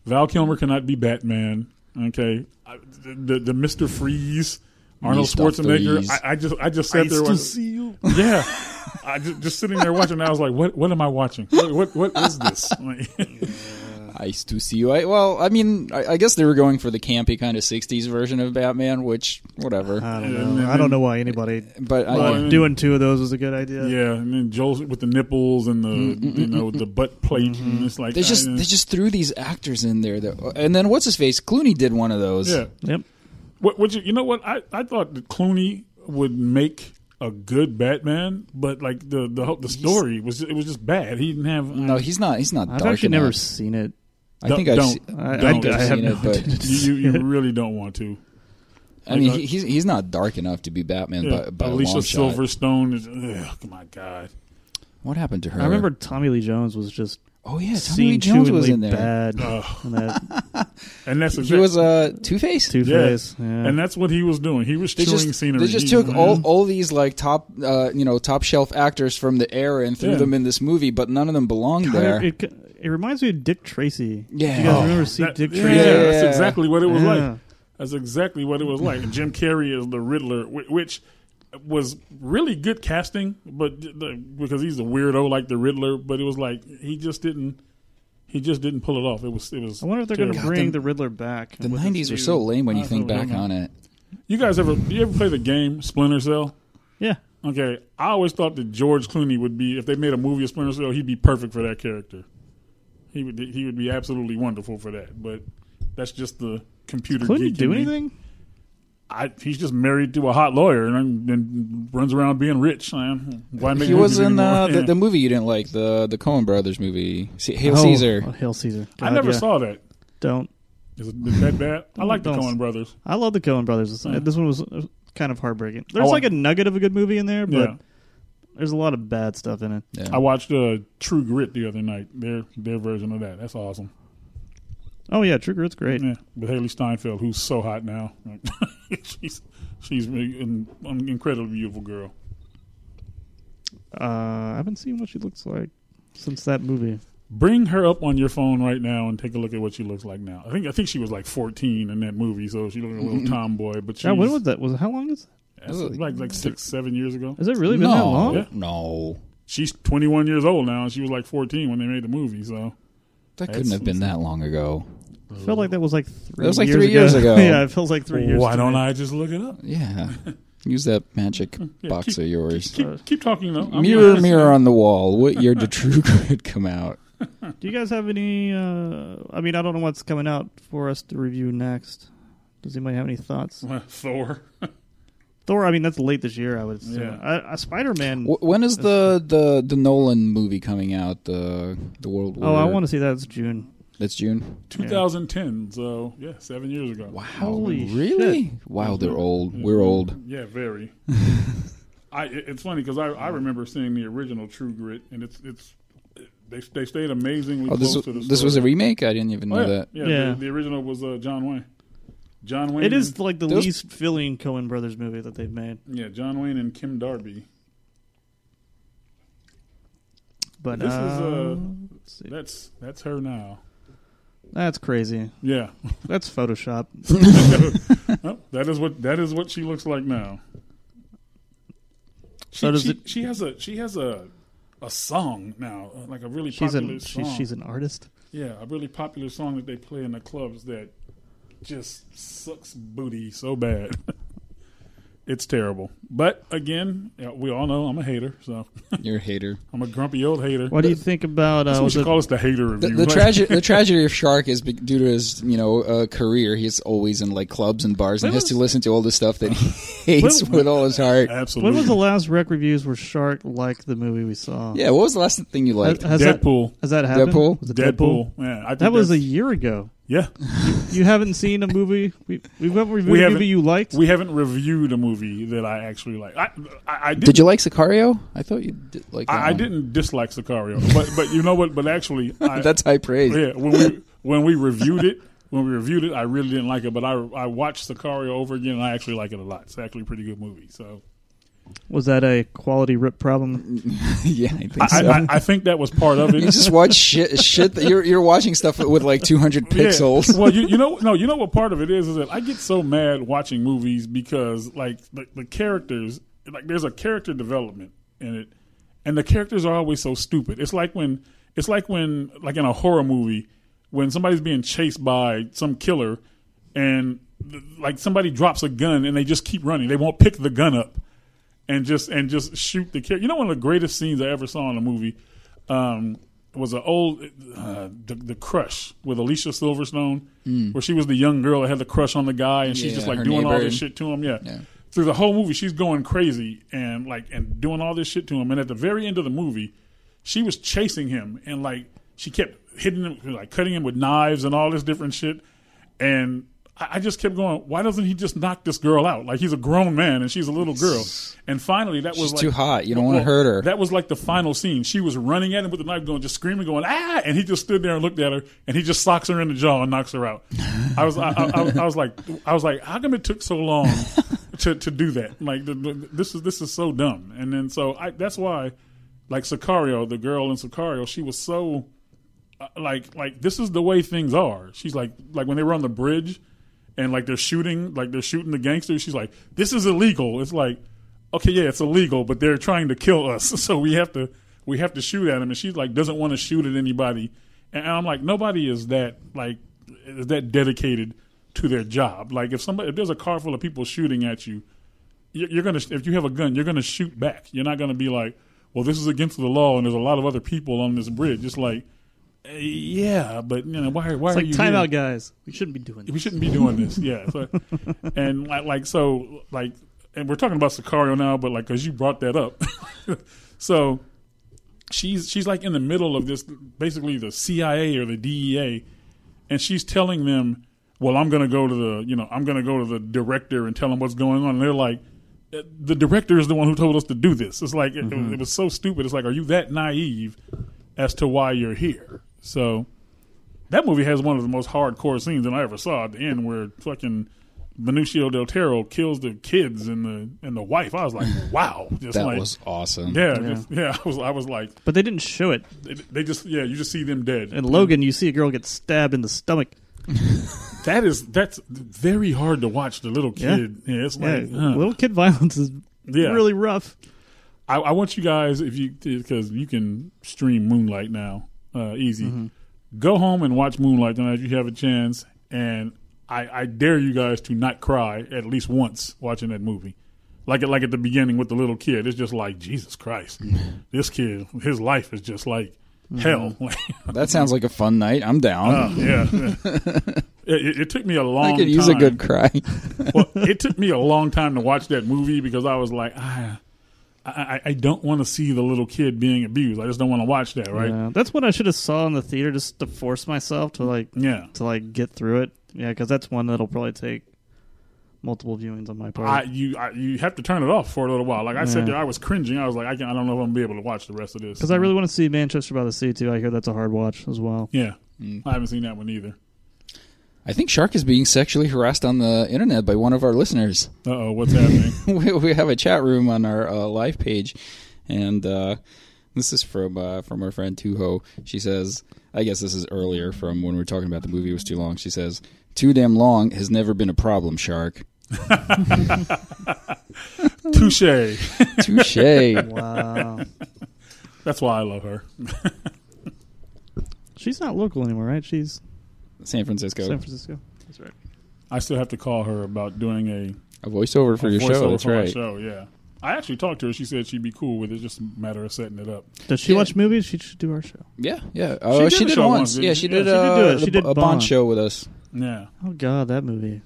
Speaker 2: Val Kilmer cannot be Batman. Okay, I, the, the the Mister Freeze, Arnold
Speaker 3: Mr.
Speaker 2: Schwarzenegger.
Speaker 3: Freeze.
Speaker 2: I, I just I just sat there. watching-
Speaker 4: you.
Speaker 2: [laughs] yeah. I just, just sitting there watching. I was like, "What? What am I watching? What? What, what is this?" [laughs] Like,
Speaker 3: Ice to see you. I, well, I mean, I, I guess they were going for the campy kind of '60s version of Batman, which whatever.
Speaker 2: Uh-huh.
Speaker 4: I don't know. I don't know why anybody
Speaker 3: but I,
Speaker 4: thought
Speaker 2: mean-
Speaker 4: doing two of those was a good idea.
Speaker 2: yeah, and then Joel with the nipples and
Speaker 3: Mm,
Speaker 2: the you know the butt plate. And it's like
Speaker 3: Mm-hmm. they just
Speaker 2: I-
Speaker 3: they just threw these actors in there, that, and then what's his face? Clooney did one of those.
Speaker 2: yeah.
Speaker 4: Yep.
Speaker 2: What, what you, you know what I, I thought that Clooney would make a good Batman, but like the the whole- the story was it was just bad. He didn't have
Speaker 3: No, he's not. He's not.
Speaker 4: I've
Speaker 3: dark
Speaker 4: actually
Speaker 3: enough.
Speaker 4: never seen it.
Speaker 3: I think
Speaker 2: Don't-
Speaker 3: I've
Speaker 2: don't.
Speaker 3: se-
Speaker 4: I,
Speaker 2: Don't.
Speaker 4: I, I
Speaker 3: I've
Speaker 4: have
Speaker 3: seen
Speaker 4: no
Speaker 3: it, but-
Speaker 4: intention to see
Speaker 2: you, you
Speaker 4: it.
Speaker 3: [laughs]
Speaker 2: you really don't want to.
Speaker 3: I mean,
Speaker 2: Like, uh,
Speaker 3: he, he's he's not dark enough to be Batman.
Speaker 2: Yeah.
Speaker 3: But by a
Speaker 2: Alicia
Speaker 3: long shot.
Speaker 2: Silverstone is ugh, my god.
Speaker 3: What happened to her?
Speaker 4: I remember Tommy Lee Jones was just
Speaker 3: Oh yeah, Tommy Lee
Speaker 4: scene
Speaker 3: Jones was in there.
Speaker 4: bad.
Speaker 2: Ugh.
Speaker 4: in [laughs] that
Speaker 2: And that's
Speaker 3: He
Speaker 2: exactly,
Speaker 3: was uh, Two Face.
Speaker 4: Two
Speaker 2: yeah.
Speaker 4: Face. Yeah.
Speaker 2: and that's what he was doing. He was
Speaker 3: they
Speaker 2: chewing
Speaker 3: just,
Speaker 2: scenery. Mm-hmm.
Speaker 3: They just
Speaker 2: He-
Speaker 3: took all, all these like top uh, you know top shelf actors from the era and threw
Speaker 2: Yeah.
Speaker 3: them in this movie, but none of them belonged there.
Speaker 4: It, it, it reminds me of Dick Tracy.
Speaker 3: Yeah.
Speaker 4: Do you guys
Speaker 3: Oh,
Speaker 4: remember see
Speaker 2: That-
Speaker 4: Dick
Speaker 2: yeah,
Speaker 4: Tracy?
Speaker 2: that's
Speaker 3: Yeah.
Speaker 2: exactly what it was
Speaker 4: Yeah.
Speaker 2: like. That's exactly what it was like. And Jim Carrey is the Riddler, whi- which was really good casting, but the, because he's a weirdo like the Riddler, but it was like he just didn't he just didn't pull it off. It was it was.
Speaker 4: I wonder if they're going to
Speaker 2: terrible.
Speaker 4: bring
Speaker 3: the-
Speaker 4: the Riddler back.
Speaker 3: the
Speaker 4: with
Speaker 3: nineties
Speaker 4: this
Speaker 3: were
Speaker 4: new-
Speaker 3: so lame when you
Speaker 2: I
Speaker 3: think
Speaker 2: don't
Speaker 3: back
Speaker 2: know.
Speaker 3: on it.
Speaker 2: You guys ever you ever play the game Splinter Cell?
Speaker 4: Yeah.
Speaker 2: Okay, I always thought that George Clooney would be if they made a movie of Splinter Cell, he'd be perfect for that character. He would he would be absolutely wonderful for that. But that's just the computer.
Speaker 4: Couldn't he
Speaker 2: geek in
Speaker 4: do
Speaker 2: me.
Speaker 4: anything?
Speaker 2: I, he's just married to a hot lawyer and, and runs around being rich. Man. Why make
Speaker 3: He was
Speaker 2: movies
Speaker 3: in uh,
Speaker 2: anymore?
Speaker 3: the,
Speaker 2: Yeah.
Speaker 3: the movie you didn't like the the Coen Brothers movie, C- Hail
Speaker 4: Oh,
Speaker 3: Caesar.
Speaker 4: oh, Hail Caesar.
Speaker 2: I
Speaker 4: God,
Speaker 2: never
Speaker 4: yeah.
Speaker 2: saw that.
Speaker 4: Don't.
Speaker 2: Is it is that bad? I like the
Speaker 4: Don't-
Speaker 2: Coen Brothers.
Speaker 4: I love the Coen Brothers. This,
Speaker 2: Yeah.
Speaker 4: this one was uh, kind of heartbreaking. There's
Speaker 2: I
Speaker 4: like
Speaker 2: wa-
Speaker 4: a nugget of a good movie in there, but
Speaker 2: yeah,
Speaker 4: there's a lot of bad stuff in it.
Speaker 3: Yeah.
Speaker 2: I watched uh, True Grit the other night. Their their version of that. That's awesome.
Speaker 4: Oh yeah, True Grit's great.
Speaker 2: Yeah, but Haley Steinfeld, who's so hot now, [laughs] she's she's really an, an incredibly beautiful girl.
Speaker 4: Uh, I haven't seen what she looks like since that movie.
Speaker 2: Bring her up on your phone right now and take a look at what she looks like now. I think I think she was like 14 in that movie, so she looked like a little
Speaker 3: Mm-hmm.
Speaker 2: tomboy. But she's,
Speaker 4: Yeah, when was that? Was how long is?
Speaker 2: that's like like six seven years ago.
Speaker 4: Has it really been
Speaker 3: no,
Speaker 4: that long?
Speaker 2: Yeah.
Speaker 3: no,
Speaker 2: She's 21 years old now, and she was like 14 when they made the movie. So
Speaker 3: that
Speaker 2: That's-
Speaker 3: couldn't have been that long ago.
Speaker 4: I felt like that was like three.
Speaker 3: That was like
Speaker 4: years
Speaker 3: three
Speaker 4: ago.
Speaker 3: years ago.
Speaker 4: [laughs] yeah, it feels like three years.
Speaker 2: why
Speaker 4: to
Speaker 2: don't
Speaker 4: me.
Speaker 2: I just look it up? [laughs]
Speaker 3: Yeah, use that magic
Speaker 2: Yeah,
Speaker 3: box
Speaker 2: keep-
Speaker 3: of yours.
Speaker 2: Keep, keep talking though. I'm
Speaker 3: mirror,
Speaker 2: interested.
Speaker 3: mirror on the wall. What year did True Grit come out?
Speaker 4: Do you guys have any? Uh, I mean, I don't know what's coming out for us to review next. Does anybody have any thoughts?
Speaker 2: [laughs] Thor.
Speaker 4: Thor. I mean, that's late this year. I would. Assume.
Speaker 2: Yeah.
Speaker 4: I, uh, I Spider Man.
Speaker 3: Wh- When is the, the the Nolan movie coming out? The the World War.
Speaker 4: Oh, I want to see that. It's June.
Speaker 3: That's June.
Speaker 2: 2010. So yeah, seven years ago.
Speaker 3: Wow,
Speaker 4: Holy
Speaker 3: really? Wow, they're old. We're old.
Speaker 2: Yeah,
Speaker 3: [laughs]
Speaker 2: very. I it- it's funny because I, I remember seeing the original True Grit, and it's it's they they stayed amazingly
Speaker 3: Oh,
Speaker 2: close
Speaker 3: this
Speaker 2: to the
Speaker 3: was, this was a
Speaker 2: story.
Speaker 3: remake. I didn't even know
Speaker 2: Oh, yeah,
Speaker 3: that.
Speaker 2: yeah,
Speaker 4: Yeah.
Speaker 2: The, the original was uh, John Wayne. John Wayne.
Speaker 4: It is
Speaker 2: and-
Speaker 4: like the
Speaker 3: Those-
Speaker 4: least filling Cohen Brothers movie that they've made.
Speaker 2: yeah, John Wayne and Kim Darby.
Speaker 4: But
Speaker 2: This
Speaker 4: uh,
Speaker 2: is uh,
Speaker 4: let's see.
Speaker 2: that's that's her now.
Speaker 4: that's crazy.
Speaker 2: Yeah,
Speaker 4: That's Photoshop.
Speaker 2: [laughs] Oh, that is what that is what she looks like now. She,
Speaker 4: So does
Speaker 2: she,
Speaker 4: it-
Speaker 2: she has a she has a a song now, uh, like a really
Speaker 4: She's
Speaker 2: popular
Speaker 4: an
Speaker 2: song.
Speaker 4: she's, she's an artist.
Speaker 2: Yeah, a really popular song that they play in the clubs that just sucks booty so bad. [laughs] it's terrible. But again, yeah, we all know I'm a hater, so [laughs]
Speaker 3: You're a hater.
Speaker 2: I'm a grumpy old hater.
Speaker 4: What do you think about? Uh,
Speaker 2: we
Speaker 4: was
Speaker 2: should
Speaker 4: it,
Speaker 2: call us the hater
Speaker 3: The,
Speaker 2: review.
Speaker 3: the,
Speaker 2: Like, [laughs]
Speaker 3: tragedy, the tragedy of Shark is be- due to his, you know, uh, career. He's always in like clubs and bars, and
Speaker 4: When
Speaker 3: has
Speaker 4: was-
Speaker 3: to listen to all the stuff
Speaker 2: [laughs]
Speaker 3: that he [laughs] hates
Speaker 4: When-
Speaker 3: with all his heart.
Speaker 2: Absolutely.
Speaker 4: when was the last rec reviews where Shark liked the movie we saw?
Speaker 3: Yeah, what was the last thing you
Speaker 4: Has,
Speaker 3: liked?
Speaker 4: has that
Speaker 2: Deadpool.
Speaker 4: has that happened?
Speaker 3: Deadpool?
Speaker 4: Was it
Speaker 2: Deadpool. Yeah, I think
Speaker 4: That was a
Speaker 2: that's-
Speaker 4: year ago.
Speaker 2: yeah.
Speaker 4: You haven't seen a movie. We we haven't reviewed
Speaker 2: We
Speaker 4: a
Speaker 2: haven't-
Speaker 4: movie you liked.
Speaker 2: We haven't reviewed a movie that I actually like. I I, I did,
Speaker 3: Did you like Sicario? I thought you did like. that
Speaker 2: I, I
Speaker 3: one.
Speaker 2: didn't dislike Sicario, but but you know what? But actually, I,
Speaker 3: [laughs] That's high praise.
Speaker 2: Oh, yeah. When we when we reviewed it, when we reviewed it, I really didn't like it. But I I watched Sicario over again, and I actually like it a lot. It's actually a pretty good movie. So
Speaker 4: was that a quality rip problem?
Speaker 3: [laughs] yeah, I think
Speaker 2: I,
Speaker 3: so.
Speaker 2: I, I think that was part of
Speaker 3: [laughs] you
Speaker 2: it.
Speaker 3: just watch shit. Shit that you're you're watching stuff with like 200
Speaker 2: Yeah. [laughs]
Speaker 3: pixels.
Speaker 2: Well, you, you know, no, you know what part of it is is that I get so mad watching movies because like the, the characters, like there's a character development in it, and the characters are always so stupid. It's like when it's like when like in a horror movie when somebody's being chased by some killer, and like somebody drops a gun and they just keep running. They won't pick the gun up and just and just shoot the character. You know, one of the greatest scenes I ever saw in a movie um, was an old uh, the, the crush with Alicia Silverstone, where she was the young girl that had the crush on the guy, and she's
Speaker 3: Hmm. Yeah,
Speaker 2: just like
Speaker 3: her
Speaker 2: doing all
Speaker 3: neighbor.
Speaker 2: this shit to him. Yeah.
Speaker 3: Yeah.
Speaker 2: through the whole movie, she's going crazy and like and doing all this shit to him. And at the very end of the movie, she was chasing him and like she kept hitting him, like cutting him with knives and all this different shit. And I, I just kept going, why doesn't he just knock this girl out? Like he's a grown man and she's a little girl. And finally, that was
Speaker 3: She's
Speaker 2: like,
Speaker 3: too hot. You don't wanna hurt her.
Speaker 2: That was like the final scene. She was running at him with the knife, going just screaming, going ah, and he just stood there and looked at her, and he just socks her in the jaw and knocks her out. I was, I, I, I, was- I was like, I was like, how come it took so long to to do that? Like the, the, this is this is so dumb. And then so I, that's why, like Sicario, the girl in Sicario, she was so uh, like like this is the way things are. She's like like when they were on the bridge and like they're shooting like they're shooting the gangsters, she's like, This is illegal. It's like, okay, yeah, it's illegal, but they're trying to kill us. [laughs] So we have to we have to shoot at them and she's like doesn't want to shoot at anybody. And I'm like, nobody is that like is that dedicated to their job. Like if somebody if there's a car full of people shooting at you, you're, you're gonna if you have a gun, you're gonna shoot back. You're not gonna be like, well, this is against the law, and there's a lot of other people on this bridge. It's like, eh, yeah, but you know why? Why
Speaker 4: It's
Speaker 2: are
Speaker 4: like
Speaker 2: you
Speaker 4: timeout,
Speaker 2: here?
Speaker 4: guys. We shouldn't be doing
Speaker 2: We
Speaker 4: this.
Speaker 2: shouldn't be doing this. Yeah, so, [laughs] and like, like so like, and we're talking about Sicario now, but like because you brought that up, [laughs] so she's she's like in E the middle of this basically the CIA or the DEA, and she's telling them well, I'm going to go to the, you know, I'm going to go to the director and tell him what's going on. And they're like, "Uh, the director is the one who told us to do this. It's like, it-
Speaker 4: Mm-hmm.
Speaker 2: it, was so stupid. It's like, are you that naive as to why you're here? So that movie has one of the most hardcore scenes that I ever saw at the end where fucking Benicio Del Toro kills the kids and the, and the wife. I was
Speaker 3: [laughs]
Speaker 2: like, wow. Just
Speaker 3: That
Speaker 2: like,
Speaker 3: was awesome.
Speaker 2: yeah, just- yeah. [laughs] I was, I was like,
Speaker 4: But they didn't show it.
Speaker 2: they, they just, yeah, you just see them dead.
Speaker 4: In Logan, you see a girl get stabbed in the stomach.
Speaker 2: That is that's very hard to watch the little
Speaker 4: Yeah.
Speaker 2: kid. Yeah, it's
Speaker 4: Yeah,
Speaker 2: like huh.
Speaker 4: little kid violence is
Speaker 2: Yeah.
Speaker 4: really rough.
Speaker 2: I, I want you guys if you because you can stream Moonlight now uh, easy.
Speaker 3: Mm-hmm.
Speaker 2: Go home and watch Moonlight tonight if you have a chance, and I, I dare you guys to not cry at least once watching that movie. Like at like at the beginning with the little kid, it's just like Jesus Christ,
Speaker 3: [laughs]
Speaker 2: this kid, his life is just like hell. [laughs]
Speaker 3: That sounds like a fun night. I'm down. [laughs]
Speaker 2: yeah, it, it- it took me a Oh, long.
Speaker 3: I could use a
Speaker 2: time.
Speaker 3: good cry. [laughs]
Speaker 2: well, it took me a long time to watch that movie because I was like, I, I, I don't want to see the little kid being abused. I just don't want to watch that, right?
Speaker 4: Yeah, that's what I should have saw in the theater just to force myself to like
Speaker 2: Yeah.
Speaker 4: to like get through it. Yeah, because that's one that'll probably take multiple viewings on my part.
Speaker 2: I you I, you have to turn it off for a little while. Like I said, there, I was cringing. I was like, I, can, I don't know if I'm gonna be able to watch the rest of this.
Speaker 4: Because I really want to see Manchester by the Sea too. I hear that's a hard watch as well.
Speaker 2: yeah, I haven't seen that one either.
Speaker 3: I think Shark is being sexually harassed on the internet by one of our listeners.
Speaker 2: Uh oh, what's
Speaker 4: [laughs]
Speaker 2: happening?
Speaker 3: [laughs] we, we have a chat room on our uh, live page, and uh, this is from uh, from our friend Tuho. She says, "I guess this is earlier from when we were talking about the movie was too long." She says, "Too damn long has never been a problem, Shark."
Speaker 2: Touche. [laughs]
Speaker 3: Touche.
Speaker 4: Wow,
Speaker 2: That's why I love her.
Speaker 4: [laughs]
Speaker 2: [laughs]
Speaker 4: she's not local anymore, right? She's
Speaker 3: San Francisco.
Speaker 4: San Francisco. That's right.
Speaker 2: I still have to call her about doing a
Speaker 3: a voiceover for your show.
Speaker 2: voiceover
Speaker 3: That's
Speaker 2: for my
Speaker 3: right.
Speaker 2: show. Yeah, I actually talked to her. She said she'd be cool with it. Just a matter of setting it up.
Speaker 4: Does she
Speaker 3: Yeah.
Speaker 4: watch movies? She should do our show.
Speaker 3: Yeah, yeah. Oh,
Speaker 2: did
Speaker 3: she
Speaker 2: a
Speaker 3: did,
Speaker 2: show
Speaker 3: once.
Speaker 2: once, didn't
Speaker 3: Yeah,
Speaker 2: she?
Speaker 3: she
Speaker 2: Yeah,
Speaker 3: did.
Speaker 2: she
Speaker 4: did
Speaker 3: uh,
Speaker 4: do it.
Speaker 3: the
Speaker 4: She did
Speaker 3: B- a
Speaker 4: Bond.
Speaker 3: Bond show with us.
Speaker 2: Yeah.
Speaker 4: Oh God, that movie.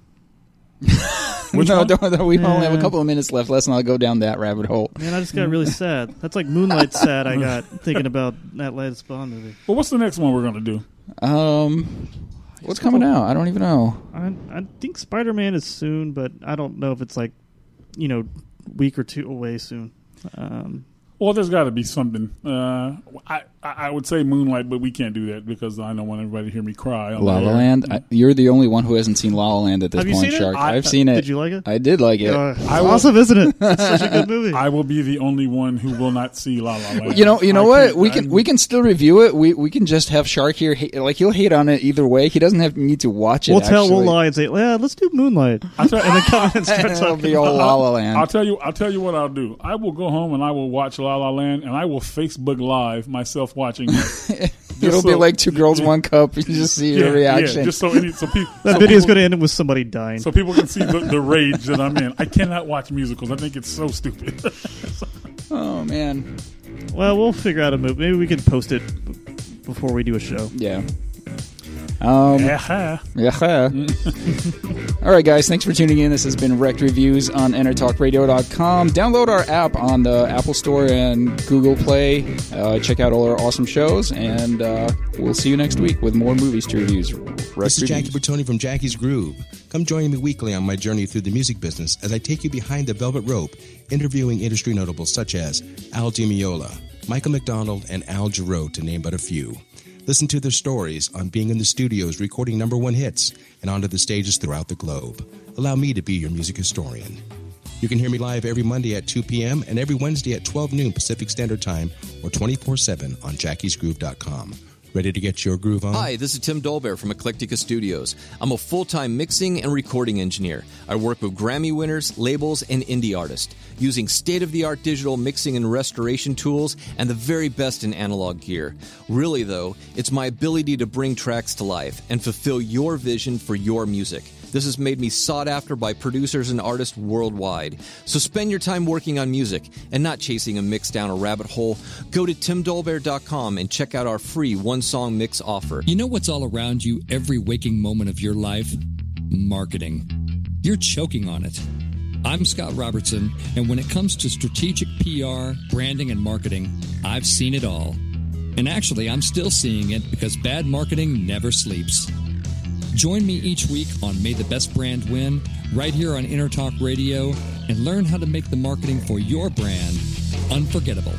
Speaker 3: [laughs] no, don't, no, we only have a
Speaker 4: Yeah.
Speaker 3: couple of minutes left. Let's not go down that rabbit hole.
Speaker 4: Man, I just [laughs] got really sad. That's like Moonlight sad. I [laughs] got thinking about that latest Bond movie.
Speaker 2: Well, what's the next one we're gonna do?
Speaker 3: Um, what's coming out? I don't even know.
Speaker 4: I I think Spider Man is soon, but I don't know if it's like, you know, week or two away soon. Um,
Speaker 2: Well, there's got to be something. Uh, I I I would say Moonlight, but we can't do that because I don't want everybody to hear me cry. on
Speaker 3: La
Speaker 2: the
Speaker 3: La
Speaker 2: air.
Speaker 3: Land. I, you're the only one who hasn't seen La La Land at this
Speaker 4: Have you
Speaker 3: point,
Speaker 4: seen it?
Speaker 3: Shark.
Speaker 2: I-
Speaker 3: I've seen it.
Speaker 4: did you like it?
Speaker 3: I did like it.
Speaker 4: uh, it's
Speaker 2: will-
Speaker 4: awesome, isn't it? It's such a good movie.
Speaker 2: I will be the only one who will not see La
Speaker 3: [laughs]
Speaker 2: La Land.
Speaker 3: you know, you know
Speaker 2: I
Speaker 3: what?
Speaker 2: can't-
Speaker 3: We can
Speaker 2: I-
Speaker 3: we can still review it. We we can just have Shark here. Hate, like he'll hate on it either way. He doesn't have need to watch it.
Speaker 4: we'll tell, we'll
Speaker 3: actually.
Speaker 4: lie and say, yeah, let's do Moonlight.
Speaker 2: I'll tell,
Speaker 4: And the
Speaker 3: [laughs]
Speaker 4: comments start
Speaker 3: It'll
Speaker 4: talking.
Speaker 3: be all La La Land.
Speaker 2: I'll tell you. I'll tell you what I'll do. I will go home and I will watch La La Land, and I will Facebook Live myself
Speaker 3: [laughs]
Speaker 2: watching. it.
Speaker 3: It'll be
Speaker 2: so-
Speaker 3: like two girls, one cup. You just see your reaction.
Speaker 2: Yeah, just so any, so people
Speaker 4: That
Speaker 2: so
Speaker 4: video's
Speaker 2: people-
Speaker 4: going to end with somebody dying.
Speaker 2: so people can see the, the rage that I'm in. I cannot watch musicals. I think it's so
Speaker 4: [laughs]
Speaker 2: stupid.
Speaker 3: oh man,
Speaker 4: well, we'll figure out a movie. Maybe we can post it b- before we do a show.
Speaker 3: yeah. Um,
Speaker 2: [laughs] Yeah.
Speaker 3: Yeah. All right, guys. Thanks for tuning in. This has been Wrecked Reviews on EnterTalkRadio.com. Download our app on the Apple Store and Google Play. Uh, check out all our awesome shows, and uh, we'll see you next week with more movies to reviews. Wrecked
Speaker 7: This is Jackie
Speaker 3: Reviews.
Speaker 7: Bertoni from Jackie's Groove. Come join me weekly on my journey through the music business as I take you behind the velvet rope, interviewing industry notables such as Al DiMiola, Michael McDonald, and Al Jarreau, to name but a few. Listen to their stories on being in the studios recording number one hits and onto the stages throughout the globe. Allow me to be your music historian. You can hear me live every Monday at 2 p.m. and every Wednesday at 12 noon Pacific Standard Time or 24 7 on jackiesgroove.com. Ready to get your groove on?
Speaker 6: Hi, this is Tim Dolbear from Eclectica Studios. I'm a full time mixing and recording engineer. I work with Grammy winners, labels, and indie artists using state of the art digital mixing and restoration tools and the very best in analog gear. Really, though, it's my ability to bring tracks to life and fulfill your vision for your music. This has made me sought after by producers and artists worldwide. So spend your time working on music and not chasing a mix down a rabbit hole. Go to timdolbear.com and check out our free one song mix offer.
Speaker 5: You know what's all around you every waking moment of your life? Marketing. You're choking on it. I'm Scott Robertson, and when it comes to strategic PR, branding, and marketing, I've seen it all. And actually, I'm still seeing it because bad marketing never sleeps. Join me each week on May the Best Brand Win, right here on Inner Talk Radio, and learn how to make the marketing for your brand unforgettable.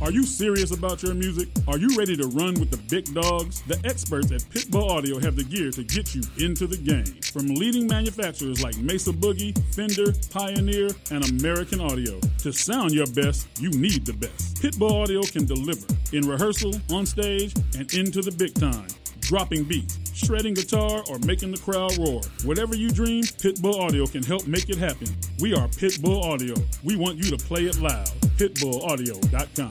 Speaker 2: Are you serious about your music? Are you ready to run with the big dogs? The experts at Pitbull Audio have the gear to get you into the game. From leading manufacturers like Mesa Boogie, Fender, Pioneer, and American Audio. To sound your best, you need the best. Pitbull Audio can deliver in rehearsal, on stage, and into the big time. Dropping beats, shredding guitar, or making the crowd roar. Whatever you dream, Pitbull Audio can help make it happen. We are Pitbull Audio. We want you to play it loud. PitbullAudio.com.